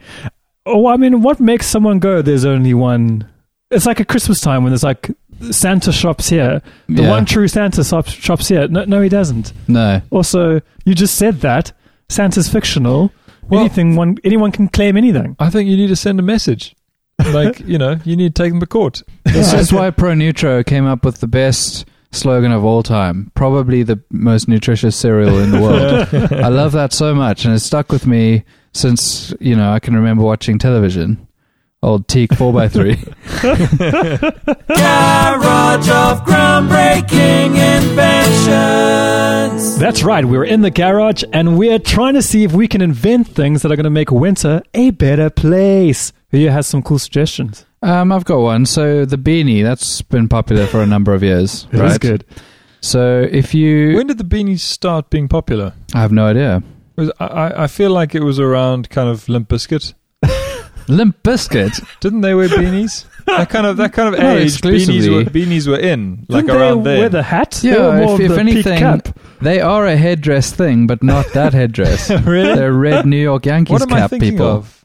Oh, I mean, what makes someone go? There's only one. It's like a Christmas time when there's like Santa shops here. The Yeah. one true Santa shop- shops here. No, no, he doesn't. No. Also, you just said that Santa's fictional. Anything one anyone can claim anything. I think you need to send a message. like you know, you need to take them to court. This is why Pro Nutro came up with the best slogan of all time, probably the most nutritious cereal in the world. I love that so much, and it's stuck with me since you know I can remember watching television. Old teak four x three. Garage of groundbreaking inventions. That's right. We're in the garage and we're trying to see if we can invent things that are going to make winter a better place. Who has some cool suggestions? Um, I've got one. So the beanie that's been popular for a number of years. It is right? good. So if you, When did the beanies start being popular? I have no idea. It Was, I- I, I feel like it was around kind of Limp Bizkit. Limp Biscuit. Didn't they wear beanies? that kind of that kind of Not age beanies were, exclusively. beanies were in like Didn't around they there. wear the hat? They were Yeah, more if, of if the peak anything, cap. they are a headdress thing, but not that headdress. really? They're red New York Yankees what am I cap thinking people. of?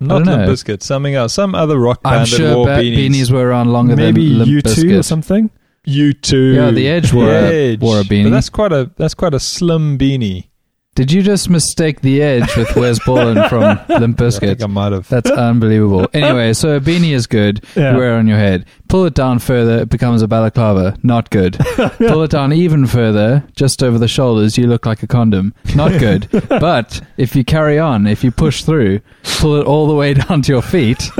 Not don't Limp know. Bizkit. Something else. Some other rock band I'm that sure wore ba- beanies. beanies. were around longer maybe than Limp you two or Bizkit. something. you too. Yeah, the Edge wore a- wore a beanie. But that's quite a that's quite a slim beanie. Did you just mistake the edge with Where's Ballin from Limp I think I Bizkit? might have. That's unbelievable. Anyway, so a beanie is good. Yeah. You wear it on your head. Pull it down further, it becomes a balaclava. Not good. Pull it down even further, just over the shoulders, you look like a condom. Not good. but if you carry on, if you push through, pull it all the way down to your feet,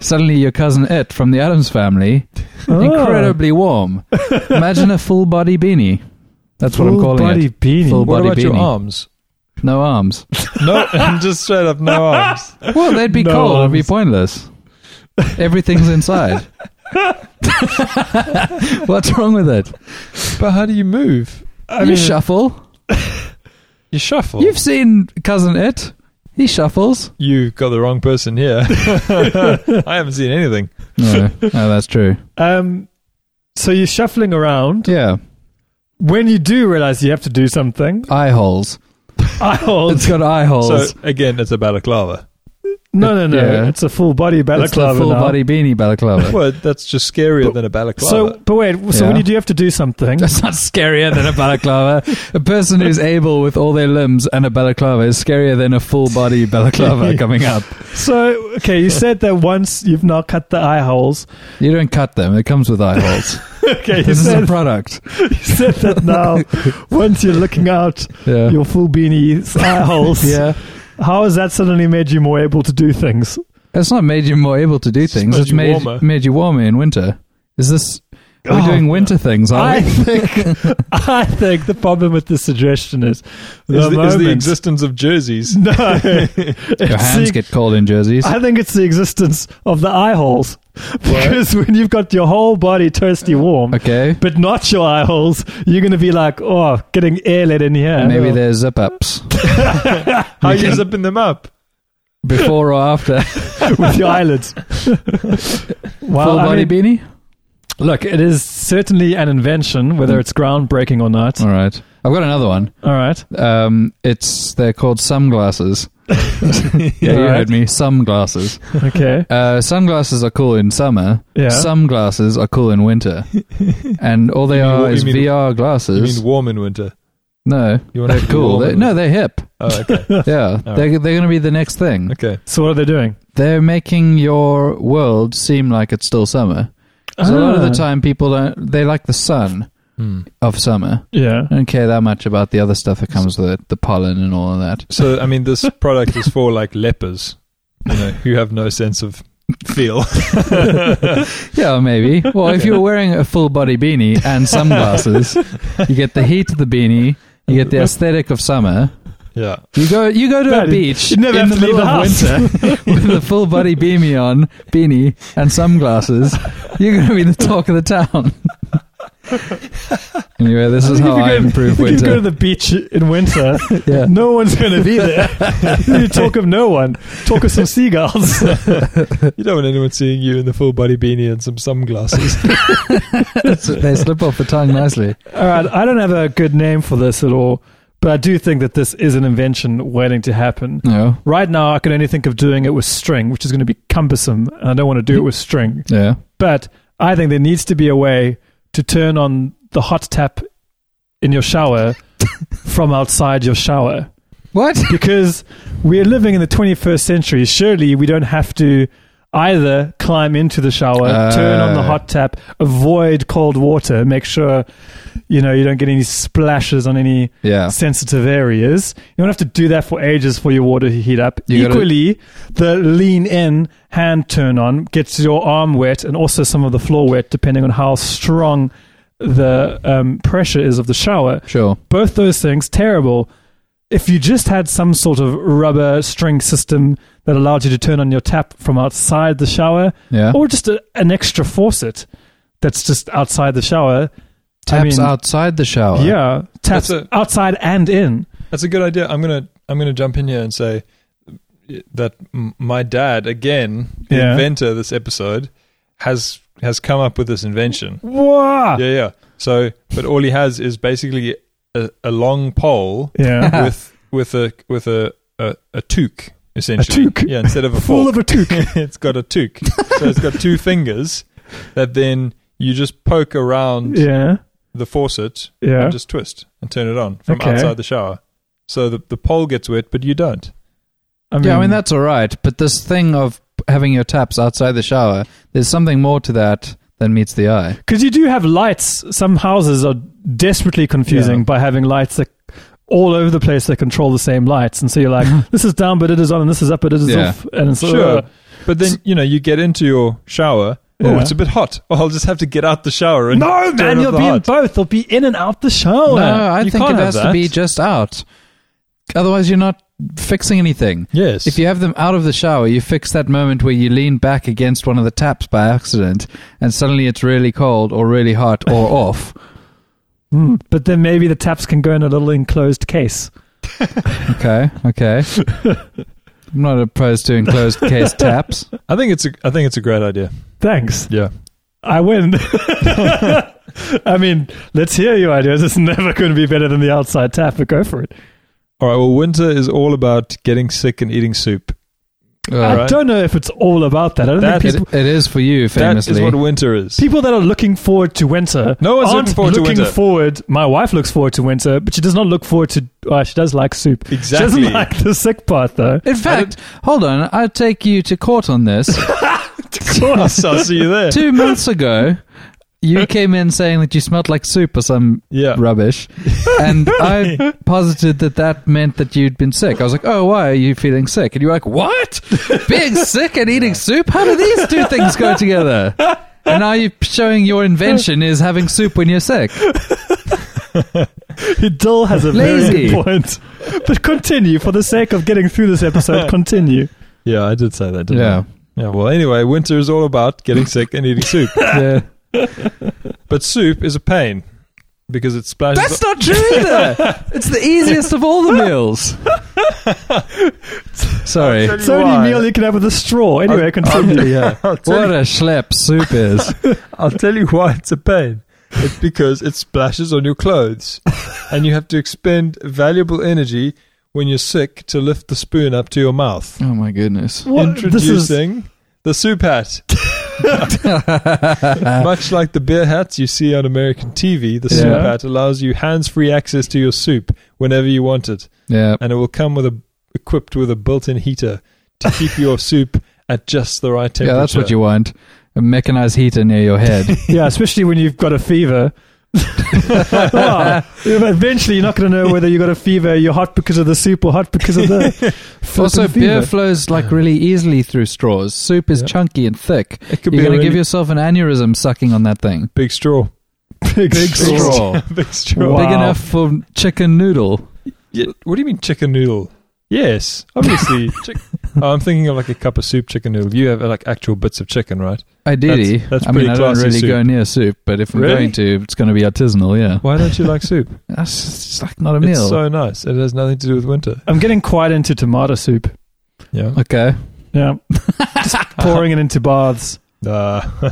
suddenly your cousin It from the Adams family, Ah. Oh. incredibly warm. Imagine a full body beanie. That's what I'm calling body it. beanie. Full what body about your beanie. arms? No arms. No, just straight up no arms. Well, they'd be No cold. It'd be arms. pointless. Everything's inside. What's wrong with it? But how do you move? I you shuffle. you shuffle. You've seen cousin it. He shuffles. You've got the wrong person here. I haven't seen anything. No, no, that's true. Um, So you're shuffling around. Yeah. When you do realize you have to do something, Eye holes. I hold. It's got eye So holes. again, it's a balaclava. No, no, no. Yeah. It's a full body it's balaclava. the full now. body beanie balaclava. Well, that's just scarier than a balaclava. So, but wait. So Yeah. when you do have to do something, That's not scarier than a balaclava. a person who's able with all their limbs and a balaclava is scarier than a full body balaclava coming up. so okay, you said that once you've now cut the eye holes. You don't cut them; it comes with eye holes. Okay, you this is a said, product. you said that now. Once you're looking out Yeah. your full beanie's eye holes. yeah. How has that suddenly made you more able to do things? It's not made you more able to do things. made It's you made warmer. made you warmer in winter. Is this we're Oh, doing winter things? I Aren't we? think I think the problem with this suggestion is the is, the, is the moment- existence of jerseys. no, It's Your hands the- get cold in jerseys. I think it's the existence of the eye holes because when you've got your whole body toasty warm, okay, but not your eye holes, you're going to be like, oh, getting air let in here. maybe there's zip ups How are You you can- zipping them up? before or after with your eyelids. well, full I body mean, beanie. look, it is certainly an invention, whether it's groundbreaking or not. All right, I've got another one. All right. Um, it's they're called sunglasses. yeah, you Alright. heard me. Sunglasses. Okay. Uh, sunglasses are cool in summer. Yeah. Sunglasses are cool in winter. and all they You mean- are you is mean- VR You glasses. mean warm in winter? no, You want to be cool. warm They, in no, winter. they're hip. Oh, okay. Yeah, Alright. they're they're gonna be the next thing. okay. So what are they doing? They're making your world seem like it's still summer. 'Cause a lot of the Ah. time, people don't. They like the sun Hmm. of summer. Yeah. They don't care that much about the other stuff that comes with it, the pollen and all of that. So, I mean, this product is for like lepers, you know, who have no sense of feel. Yeah, maybe. Well, if you're wearing a full body beanie and sunglasses, you get the heat of the beanie, you get the aesthetic of summer. yeah. You go you go to That a is- beach you never in have to the leave middle the of house. winter with a full body beanie on, beanie and sunglasses, you're gonna be the talk of the town. anyway, this is If how you I go- If improve you go to winter. the beach in winter, Yeah. no one's going to be there. you talk of no one. Talk of some seagulls. You don't want anyone seeing you in the full body beanie and some sunglasses. they slip off the tongue nicely. all right, I don't have a good name for this at all, but I do think that this is an invention waiting to happen. No. Right now, I can only think of doing it with string, which is going to be cumbersome, and I don't want to do it with string. Yeah. But I think there needs to be a way to turn on the hot tap in your shower from outside your shower. What? because we're living in the 21st century. Surely we don't have to either climb into the shower, Uh. turn on the hot tap, avoid cold water, make sure you know you don't get any splashes on any Yeah. sensitive areas. You don't have to do that for ages for your water to heat up. You gotta- Equally, the lean in hand turn on gets your arm wet and also some of the floor wet, depending on how strong the um, pressure is of the shower Sure. both those things terrible. If you just had some sort of rubber string system that allowed you to turn on your tap from outside the shower, Yeah. or just a, an extra faucet that's just outside the shower. I Taps mean, outside the shower. Yeah, taps That's outside and in. That's a good idea. I'm gonna I'm gonna jump in here and say that m- my dad, again, the Yeah. inventor of this episode, has has come up with this invention. Wow. Yeah, yeah. So, but all he has is basically a, a long pole Yeah. with with a with a a, a toque essentially. toque? Yeah, instead of a Full fork. of a toque. it's got a toque. so it's got two fingers that then you just poke around yeah. the faucet Yeah. and just twist and turn it on from Okay. outside the shower. So the, the pole gets wet, but you don't. I mean, yeah, I mean that's all right, but this thing of having your taps outside the shower, there's something more to that than meets the eye. because you do have lights. Some houses are desperately confusing Yeah. by having lights that all over the place that control the same lights, and so you're like, this is down, but it is on, and this is up, but it is Yeah. off, and it's uh, Sure. But then, you know, you get into your shower. Oh, Yeah. it's a bit hot. Oh, I'll just have to get out the shower. And No, turn off man, you'll the be in hot. both. You'll be in and out the shower. No, I you think can't it have has to that. be just out. Otherwise, you're not fixing anything. Yes. If you have them out of the shower, you fix that moment where you lean back against one of the taps by accident, and suddenly it's really cold or really hot or off. Mm, but then maybe the taps can go in a little enclosed case. Okay, okay. I'm not opposed to enclosed case taps. I think it's a I think it's a great idea. Thanks. Yeah. I win. I mean, let's hear your ideas. It's never going to be better than the outside tap, but go for it. All right. Well, winter is all about getting sick and eating soup. I Alright? don't know if it's all about that. I don't That think is- people, It, it Uh, is for you, That is famously. what winter is. people that are looking forward to winter. No one's aren't looking forward to looking winter. forward- My wife looks forward to winter, but she does not look forward to. Uh, she does like soup. She Exactly. doesn't like the sick part though. In fact, hold on, I'll take you to court on this. I'll see you there. Two months ago, you came in saying that you smelled like soup or some Yeah. rubbish, and I posited that that meant that you'd been sick. I was like, "Oh, why are you feeling sick?" And you were like, "What? Being sick and eating soup? How do these two things go together?" And now you're showing your invention is having soup when you're sick. Dill has a very Lazy. good point. But continue for the sake of getting through this episode. Continue. Yeah, I did say that. Didn't Yeah. I? Yeah. Well, anyway, winter is all about getting sick and eating soup. Yeah. But soup is a pain because it splashes. That's not true either. It's the easiest of all the meals. Sorry. It's the only meal you can have with a straw. Anyway, continue. yeah. I'll What tell, you, a schlep soup is. I'll tell you why it's a pain. It's because it splashes on your clothes, and you have to expend valuable energy when you're sick to lift the spoon up to your mouth. Oh my goodness. What- this is- Introducing the soup hat. Much like the beer hats you see on American TV, the soup Ah. Yeah. hat allows you hands-free access to your soup whenever you want it. Yeah. and it will come with a equipped with a built-in heater to keep your soup at just the right temperature. Yeah, that's what you want. A mechanized heater near your head. yeah, especially when you've got a fever. Well, eventually, you're not going to know whether you got a fever. You're hot because of the soup or hot because of the fucking also, beer fever. flows like really easily through straws. Soup is Yeah. chunky and thick. It could You're be a going to really give yourself an aneurysm sucking on that thing. big straw. Big, straw. big straw. Wow. Big enough for chicken noodle. Yeah, What do you mean chicken noodle? Yes, obviously. chick- oh, I'm thinking of like a cup of soup chicken noodle. You have uh, like actual bits of chicken, right? Ideally, That's- that's I mean, pretty I don't classy really soup. go near soup, but if I'm Really? going to, it's going to be artisanal, yeah. Why don't you like soup? That's it's like not a it's meal. so nice. It has nothing to do with winter. I'm getting quite into tomato soup. Yeah. okay. Yeah, just pouring it into baths. Uh,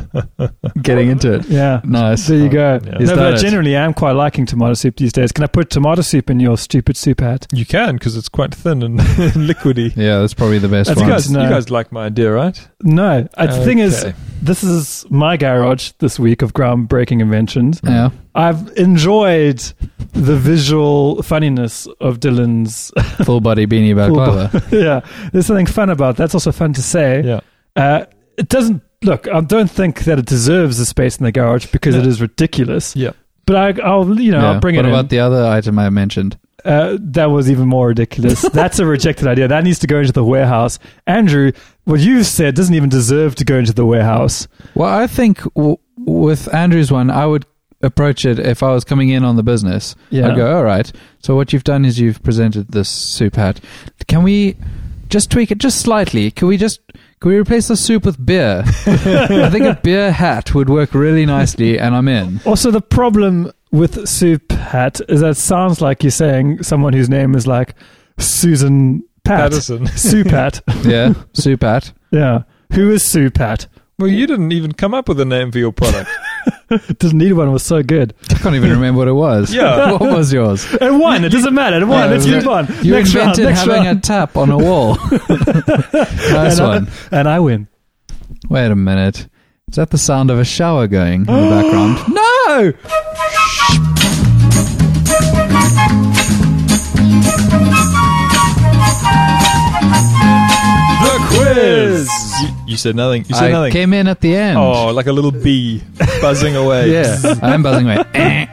Getting into it. Yeah, Nice. there you go. Yeah. He's No, done but I it. generally, I'm quite liking tomato soup these days. Can I put tomato soup in your stupid soup hat? you can because it's quite thin and, and liquidy. Yeah, that's probably the best That's You one. good. guys, you No. guys like my idea, right? No, Uh, the thing is, Okay. this is my garage this week of groundbreaking inventions. Yeah. I've enjoyed the visual funniness of Dylan's. Full body beanie balaclava. yeah, there's something fun about that. That's also fun to say. Yeah. Uh, it doesn't look. I don't think that it deserves a space in the garage because No. it is ridiculous. Yeah. But I, I'll you know Yeah. I'll bring what it about in. the other item I mentioned? Uh, that was even more ridiculous. That's a rejected idea. That needs to go into the warehouse. Andrew, what you said doesn't even deserve to go into the warehouse. Well, I think w- with Andrew's one, I would approach it if I was coming in on the business. Yeah. I'd go, all right. So what you've done is you've presented this soup hat. Can we just tweak it just slightly? Can we just can we replace the soup with beer? I think a beer hat would work really nicely, and I'm in. Also, the problem with soup hat is that it sounds like you're saying someone whose name is like Susan Pat. Patterson. soup hat. Yeah, soup hat. Yeah. Who is soup hat? Well, you didn't even come up with a name for your product. Doesn't need one. It was so good. I can't even remember what it was. Yeah. what was yours? And one. It doesn't matter. It won. Yeah, Let's you- move on. You next round. invented Next having round. a tap on a wall. nice and, one. I, and I win. Wait a minute. Is that the sound of a shower going in the background? No. The quiz. You, you said nothing. You said I nothing. came in at the end. oh, like a little bee buzzing away. yeah. I'm buzzing away. Eh.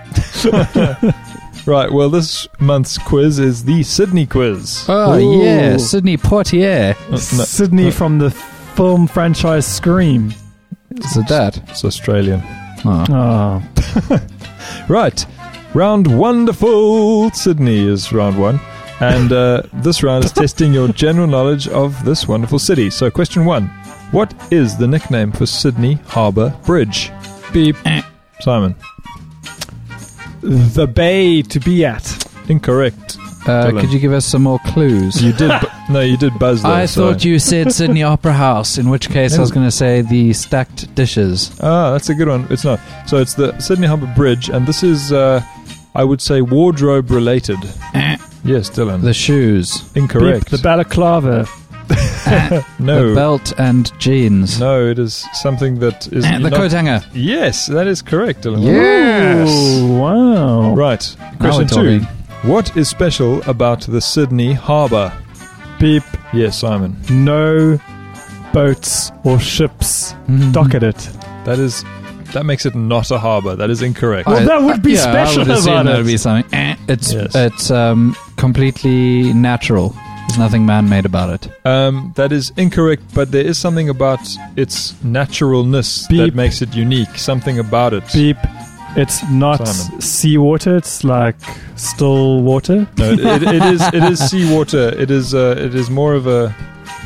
Right. Well, this month's quiz is the Sydney quiz. oh, Ooh. yeah. Sydney Poitier. Uh, no. Sydney from the film franchise Scream. Is it that? It's Australian. Oh. Oh. Right. Round wonderful Sydney is round one. And uh, this round is testing your general knowledge of this wonderful city. So, question one What is the nickname for Sydney Harbour Bridge? Beep. Simon. The bay to be at. Incorrect. Uh, Dylan. could you give us some more clues? You uh, did. No, you did buzz there. I so- thought you said Sydney Opera House, in which case I was going to say the stacked dishes. Ah, that's a good one. It's not. So it's the Sydney Harbour Bridge, and this is, uh, I would say, wardrobe related. Eh. yes, Dylan. The shoes, Beep, Incorrect. the balaclava. the no. belt and jeans, No, it is something that is. Eh, the not- coat hanger. Yes, that is correct, Dylan. Yes. wow. Right. Now we're Question two. talking. What is special about the Sydney Harbour? Beep. Yes, Simon. No boats or ships Mhm. Mm-hmm. dock at it. That is. That makes it not a harbour. That is incorrect. Well, that would be yeah, I special would assume about that would be it. something. Eh, It's Yes. it's um, completely natural. There's nothing man-made about it. Um, that is incorrect, but there is something about its naturalness that Beep. makes it unique. Something about it. Beep. It's not Simon. seawater. It's like still water. No, it, it, it is it is seawater. It is uh, it is more of a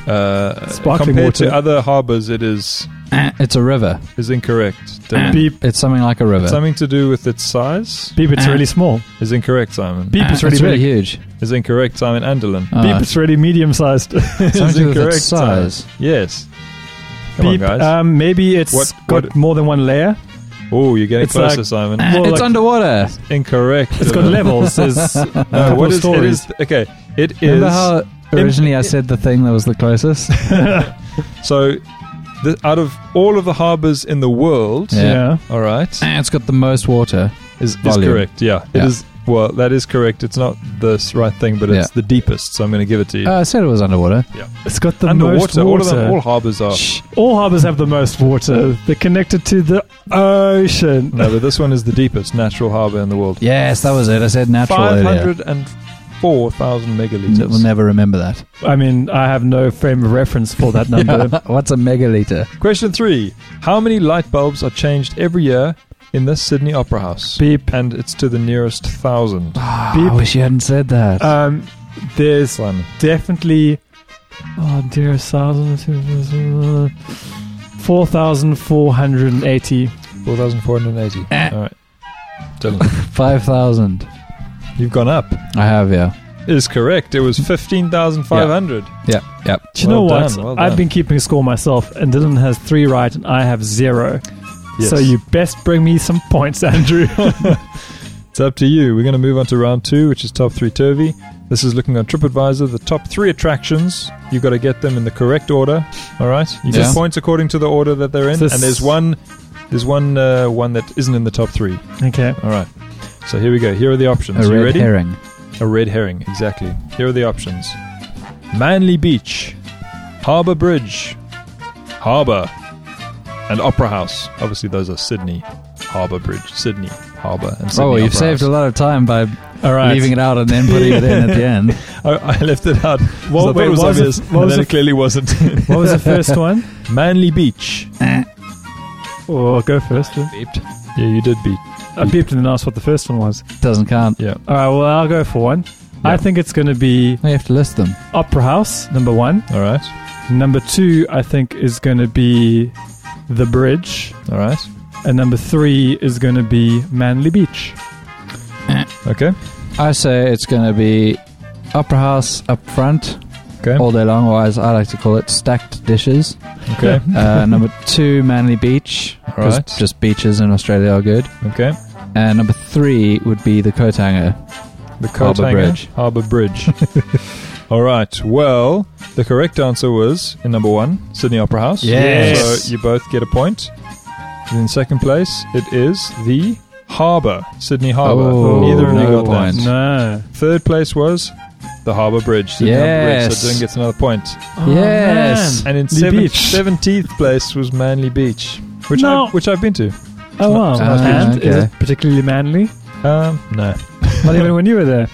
uh, Sparkling compared to water. other harbors. It is Eh, It's a river. is incorrect. Dylan. Beep. It's something like a river. Something to do with its size Beep. It's Uh. really small. is incorrect. Simon Beep. Uh. Eh, It's really it's really big. huge. is incorrect. Simon and Dylan Ah, Beep. It's really medium sized. something is to do with incorrect. its size. Simon. Yes. Come Beep. on, guys. Um, maybe it's What- got what- more than one layer. oh, you're getting Uh. it's like- closer, Simon. Eh, More it's like- underwater. Incorrect. It's got Dylan. levels. There's No, what couple is it? stories. Is okay. It is Remember how originally I said the thing that was the closest? so. The, out of all of the harbors in the world, Yeah. yeah. all right, Eh, it's got the most water. is, is Volume. correct. Yeah, Yeah. it is. Well, that is correct. It's not the right thing, but it's Yeah. the deepest. So I'm going to give it to you. Uh, I said it was underwater. It's got the most Underwater, water. all of them, all harbors are. Shh. All harbors have the most water. They're connected to the ocean. No, but this one is the deepest natural harbor in the world. Yes, that was it. I said natural Five earlier. hundred and four thousand N- We'll megaliters. never remember that. I mean, I have no frame of reference for that number. What's a megaliter? Question three: How many light bulbs are changed every year in the Sydney Opera House? Beep. And it's to the nearest thousand. Ah, I wish you hadn't said that. Um, there's Simon. definitely. Oh dear, thousand uh, four thousand four hundred and eighty. Four thousand four hundred eighty. Eh. All right, Dylan, 5,000. you've gone up. I have, yeah. Is correct. It was fifteen thousand five hundred. Yeah, yeah. Do you Well know what? done, well I've done. been keeping score myself, and Dylan has three right, and I have zero. So you best bring me some points, Andrew. It's up to you. We're going to move on to round two, which is top three turvy. This is looking on TripAdvisor, the top three attractions. You've got to get them in the correct order. All right, you Yeah. get points according to the order that they're in, This- and there's one, there's one, uh, one that isn't in the top three. okay. All right, so here we go. Here are the A options. red you ready? herring. A red herring, exactly. Here are the options: Manly Beach, Harbour Bridge, Harbour, and Opera House. Obviously, those are Sydney Harbour Bridge, Sydney Harbour, and Sydney oh, you've Opera saved House. a lot of time by All right. leaving it out and then putting it in at the end. I, I left it out. 'cause I What, thought wait, it was what was the- obvious, what and was then the- it clearly wasn't. What was the first one? Manly Beach. Oh, I'll go first. then. Yeah, you did beat. I beeped and then asked what the first one was. Doesn't count. All right, well, I'll go for one. I think it's going to be You have to list them. Opera House, number one. All right, Number two, I think, is going to be The Bridge. all right, And number three is going to be Manly Beach. okay, I say it's going to be Opera House up front okay, all day long, or as I like to call it, stacked dishes. okay, Uh, number two, Manly Beach. 'cause Alright. Just beaches in Australia are good. okay. And number three would be the coat hanger. The coat Harbour hanger, Bridge. Harbour Bridge. all right. Well, the correct answer was in number one, Sydney Opera House. Yes. So you both get a point. And in second place, it is the Harbour, Sydney Harbour. Oh, Neither of you no got that. point. No. Third place was the Harbour Bridge, Sydney Harbour Bridge. Yes. So Dylan gets another point. Oh, yes. And in The seven- beach. 17th place was Manly Beach, which No. I which I've been to. Oh, wow. not- it's not and okay. is it particularly manly? Um, no, Not even when you were there.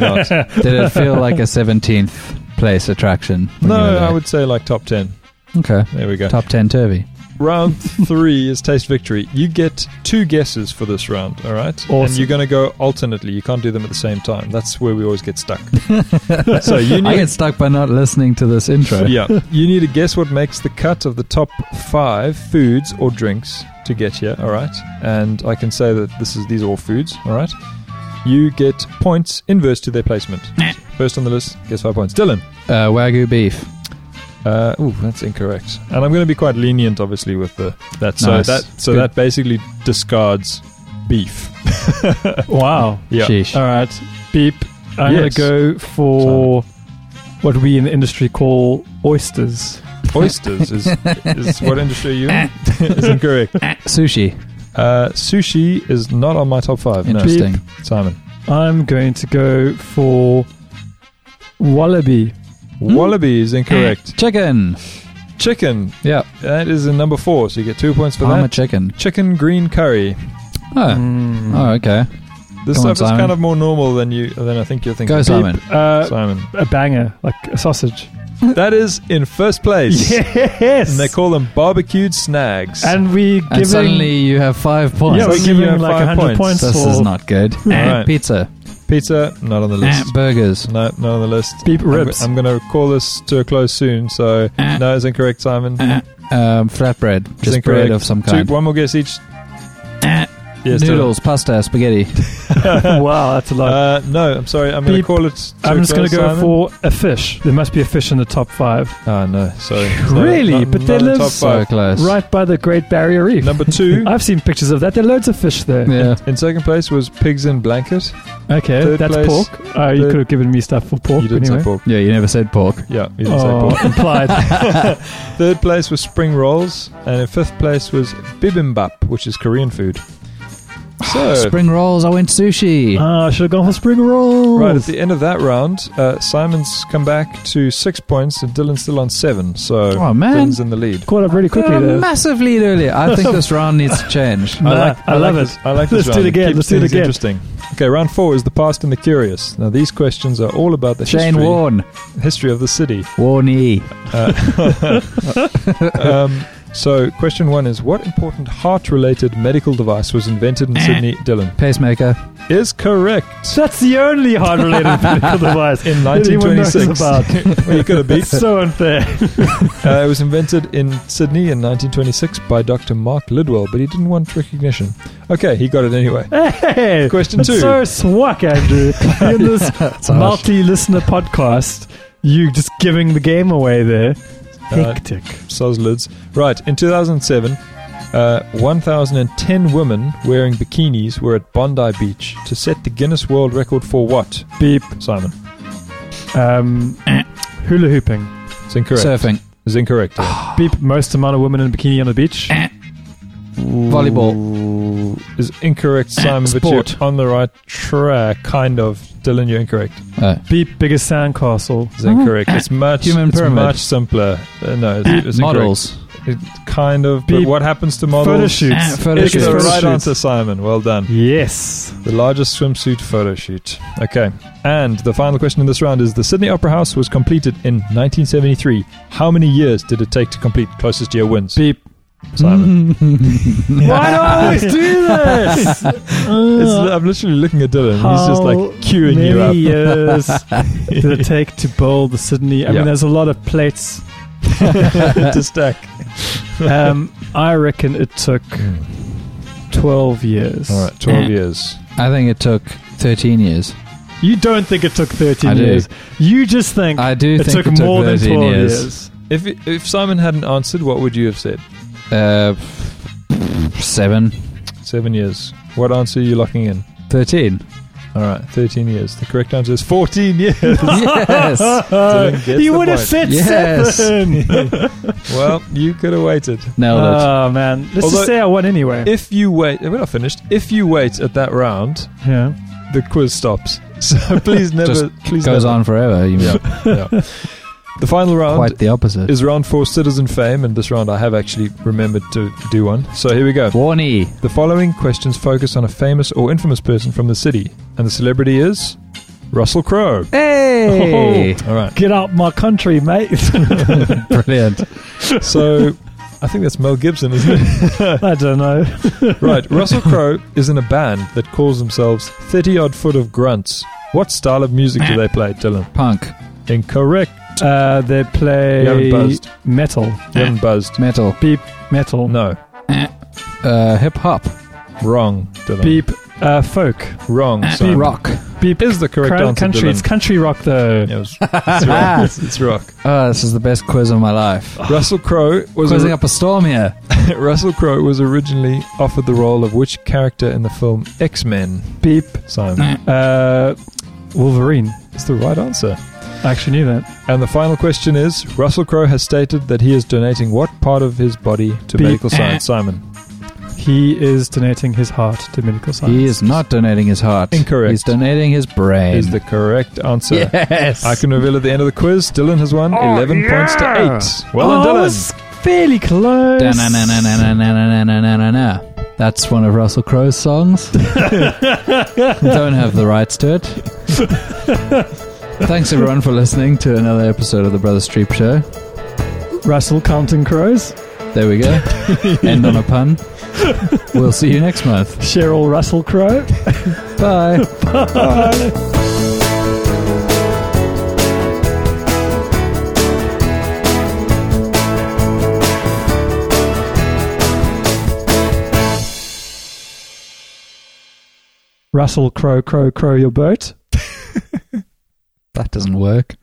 not. Did it feel like a 17th place attraction? when No, you were there? I would say like top 10. Okay. There we go. Top 10 turvy. Round three is taste victory. You get two guesses for this round. All right, and Awesome. you're going to go alternately. You can't do them at the same time. That's where we always get stuck. so you I need. get stuck by not listening to this intro. Yeah, you need to guess what makes the cut of the top five foods or drinks to get here. All right, and I can say that this is these are all foods. All right, you get points inverse to their placement. First on the list gets five points. Dylan. Uh, Wagyu beef. Uh, ooh, that's incorrect. And I'm going to be quite lenient, obviously, with the that. So Nice. that so Good. that basically discards beef. Wow. Yeah. Sheesh. All right. Beep. I'm Yes. going to go for what we in the industry call oysters. Oysters is, is what industry are you in? is incorrect. Sushi. Uh, sushi is not on my top five. No, Interesting. Simon. I'm going to go for wallaby. Hmm? Wallaby Eh. is incorrect. Chicken. Chicken. Yeah. That is in number four, so you get two points for I'm a that. chicken. Chicken green curry. Oh. Mm. Oh, okay. This Come on, stuff is Simon. kind of more normal than you than I think you're thinking. Go, Beep. Simon. Uh, Simon. a banger, like a sausage. That is in first place. Yes. And they call them barbecued snags. and we And giving suddenly you have five points. yeah, we're Suddenly you giving have like five 100 points, points. this for is not good. Right. Pizza. Pizza, not on the Eh, list. burgers. No, not on the list. beep I'm- ribs. I'm, going to call this to a close soon. So Eh. no is incorrect, Simon. Um, flatbread. It's Just incorrect. bread of some Two- kind. one more guess each. Eh. Yes, Noodles, pasta, spaghetti. wow, that's a Dylan. lot. Uh, no, I'm sorry. I'm going to Beep. call it. To I'm a just going close, to go Simon. for a fish. There must be a fish in the top five, Ah, no. Sorry. It's Really? Not, not, But not they in the live top so five. close. right by the Great Barrier Reef. Number two I've seen pictures of that. There are loads of fish there. Yeah. in second place was pigs in blanket. Okay, Third that's place. pork. Uh, you Third- could have given me stuff for pork You didn't anyway. say pork. Yeah, you never said pork. Yeah, you didn't Oh, say pork. implied. Third place was spring rolls, and in fifth place was bibimbap, which is Korean food. So Oh. Spring rolls. I went sushi. Ah, I should have gone for spring rolls. Right at the end of that round, uh, Simon's come back to six points, and Dylan's still on seven. So Oh, man. Dylan's in the lead. Caught up really quickly You're a there. massive lead earlier. I think this round needs to change. Uh, Nah, I love it. This, I like this Let's do it round. again, keeps let's do it things again. Interesting. Okay, round four is the past and the curious. Now these questions are all about the Shane history, Warne. history of the city. Warney. Um, so question one is: What important heart-related medical device was invented Eh. in Sydney? Dylan Pacemaker. is correct. That's the only hard-related medical device In that anyone knows 1926. about. Well, you could have beat. It's so unfair. Uh, it was invented in Sydney in 1926 by Dr. Mark Lidwell, but he didn't want recognition. Okay, he got it anyway. Hey, Question that's two. so swack, Andrew. In this multi-listener podcast, you just giving the game away there. Hectic. Sozlids. Right, in 2007, uh, 1,010 women wearing bikinis were at Bondi Beach to set the Guinness World Record for what? Beep. Simon. Um, hula hooping. It's incorrect. Surfing. Ah, It's incorrect. Beep. Most amount of women in a bikini on the beach. Volleyball. It's incorrect, Simon, but Sport. you're on the right track, kind of. Dylan, you're incorrect. Oh. Beep. Biggest sandcastle. It's incorrect. It's much, Uh-huh. Human it's pyramid. much simpler. Uh, no, it's, it's incorrect. models. It kind of. But Beep. what happens to models? Photo shoots. photo It's Ah, Photo the shoots. right Photo answer, shoots. Simon. Well done. Yes. The largest swimsuit photo shoot. Okay. And the final question in this round is the Sydney Opera House was completed in 1973. How many years did it take to complete? Closest year wins. Beep. Mm. Simon. Why do I always do this? It's- I'm literally looking at Dylan. He's just like How queuing you many up. years did it take to bowl the Sydney? I Yeah. mean, there's a lot of plates. to stack. Um, I reckon it took 12 years. Mm. All right, 12 years. I think it took 13 years. You don't think it took 13 I do. years. You just think I do it think took it took more than 13 12 years. years. If, if Simon hadn't answered, what would you have said? Uh, seven. Seven years. What answer are you locking in? 13. All right, 13 years. The correct answer is 14 years. yes. Uh, Dylan gets you the would have point. said Yes. seven. Well, you could have waited. Nailed it. Uh, oh, man. Let's Although- just say I won anyway. If you wait, we're not finished. If you wait at that round, yeah. the quiz stops. So please never. Just please Goes never. on forever. You mean Yeah. The final round quite the opposite. is round for citizen fame, and this round I have actually remembered to do one. So here we go. Warney. The following questions focus on a famous or infamous person from the city, and the celebrity is Russell Crowe. Oh, Hey! All right. Get out my country, mate. Brilliant. So I think that's Mel Gibson, isn't it? I don't know. Right, Russell Crowe is in a band that calls themselves 30 Odd Foot of Grunts. What style of music do they play, Dylan? Punk. Incorrect. Uh, they You play haven't buzzed. metal. You haven't buzzed. Metal. Beep, metal. No. Uh, Hip hop. Wrong, Dylan. Beep, uh, folk. Wrong, Simon. Rock. beep. Is the correct Crown answer, country. Dylan. It's country rock though. Yeah, it was- it's rock. Ah. It's- it's rock. Oh, this is the best quiz of my life. Russell Crowe was Quizzing up a storm here. Russell Crowe was originally offered the role of which character in the film X Men? Beep. Simon, Uh, Wolverine. it's the right answer. I actually knew that. And the final question is: Russell Crowe has stated that he is donating what part of his body to Beep. medical science? Simon, He is donating his heart to medical science. He is not donating his heart. Incorrect. He's donating his brain. is the correct answer. yes. I can reveal at the end of the quiz. Dylan has won eleven points to eight. Well oh, done, I Dylan. was fairly close. Da-na-na-na-na-na-na-na-na-na. That's one of Russell Crowe's songs. Don't have the rights to it. Thanks everyone for listening to another episode of the Brother Streep Show. Russell counting crows. There we go. End on a pun. We'll see you next month. Cheryl Russell Crowe. Bye. Russell Crowe, Crow, Crow your boat. That doesn't work.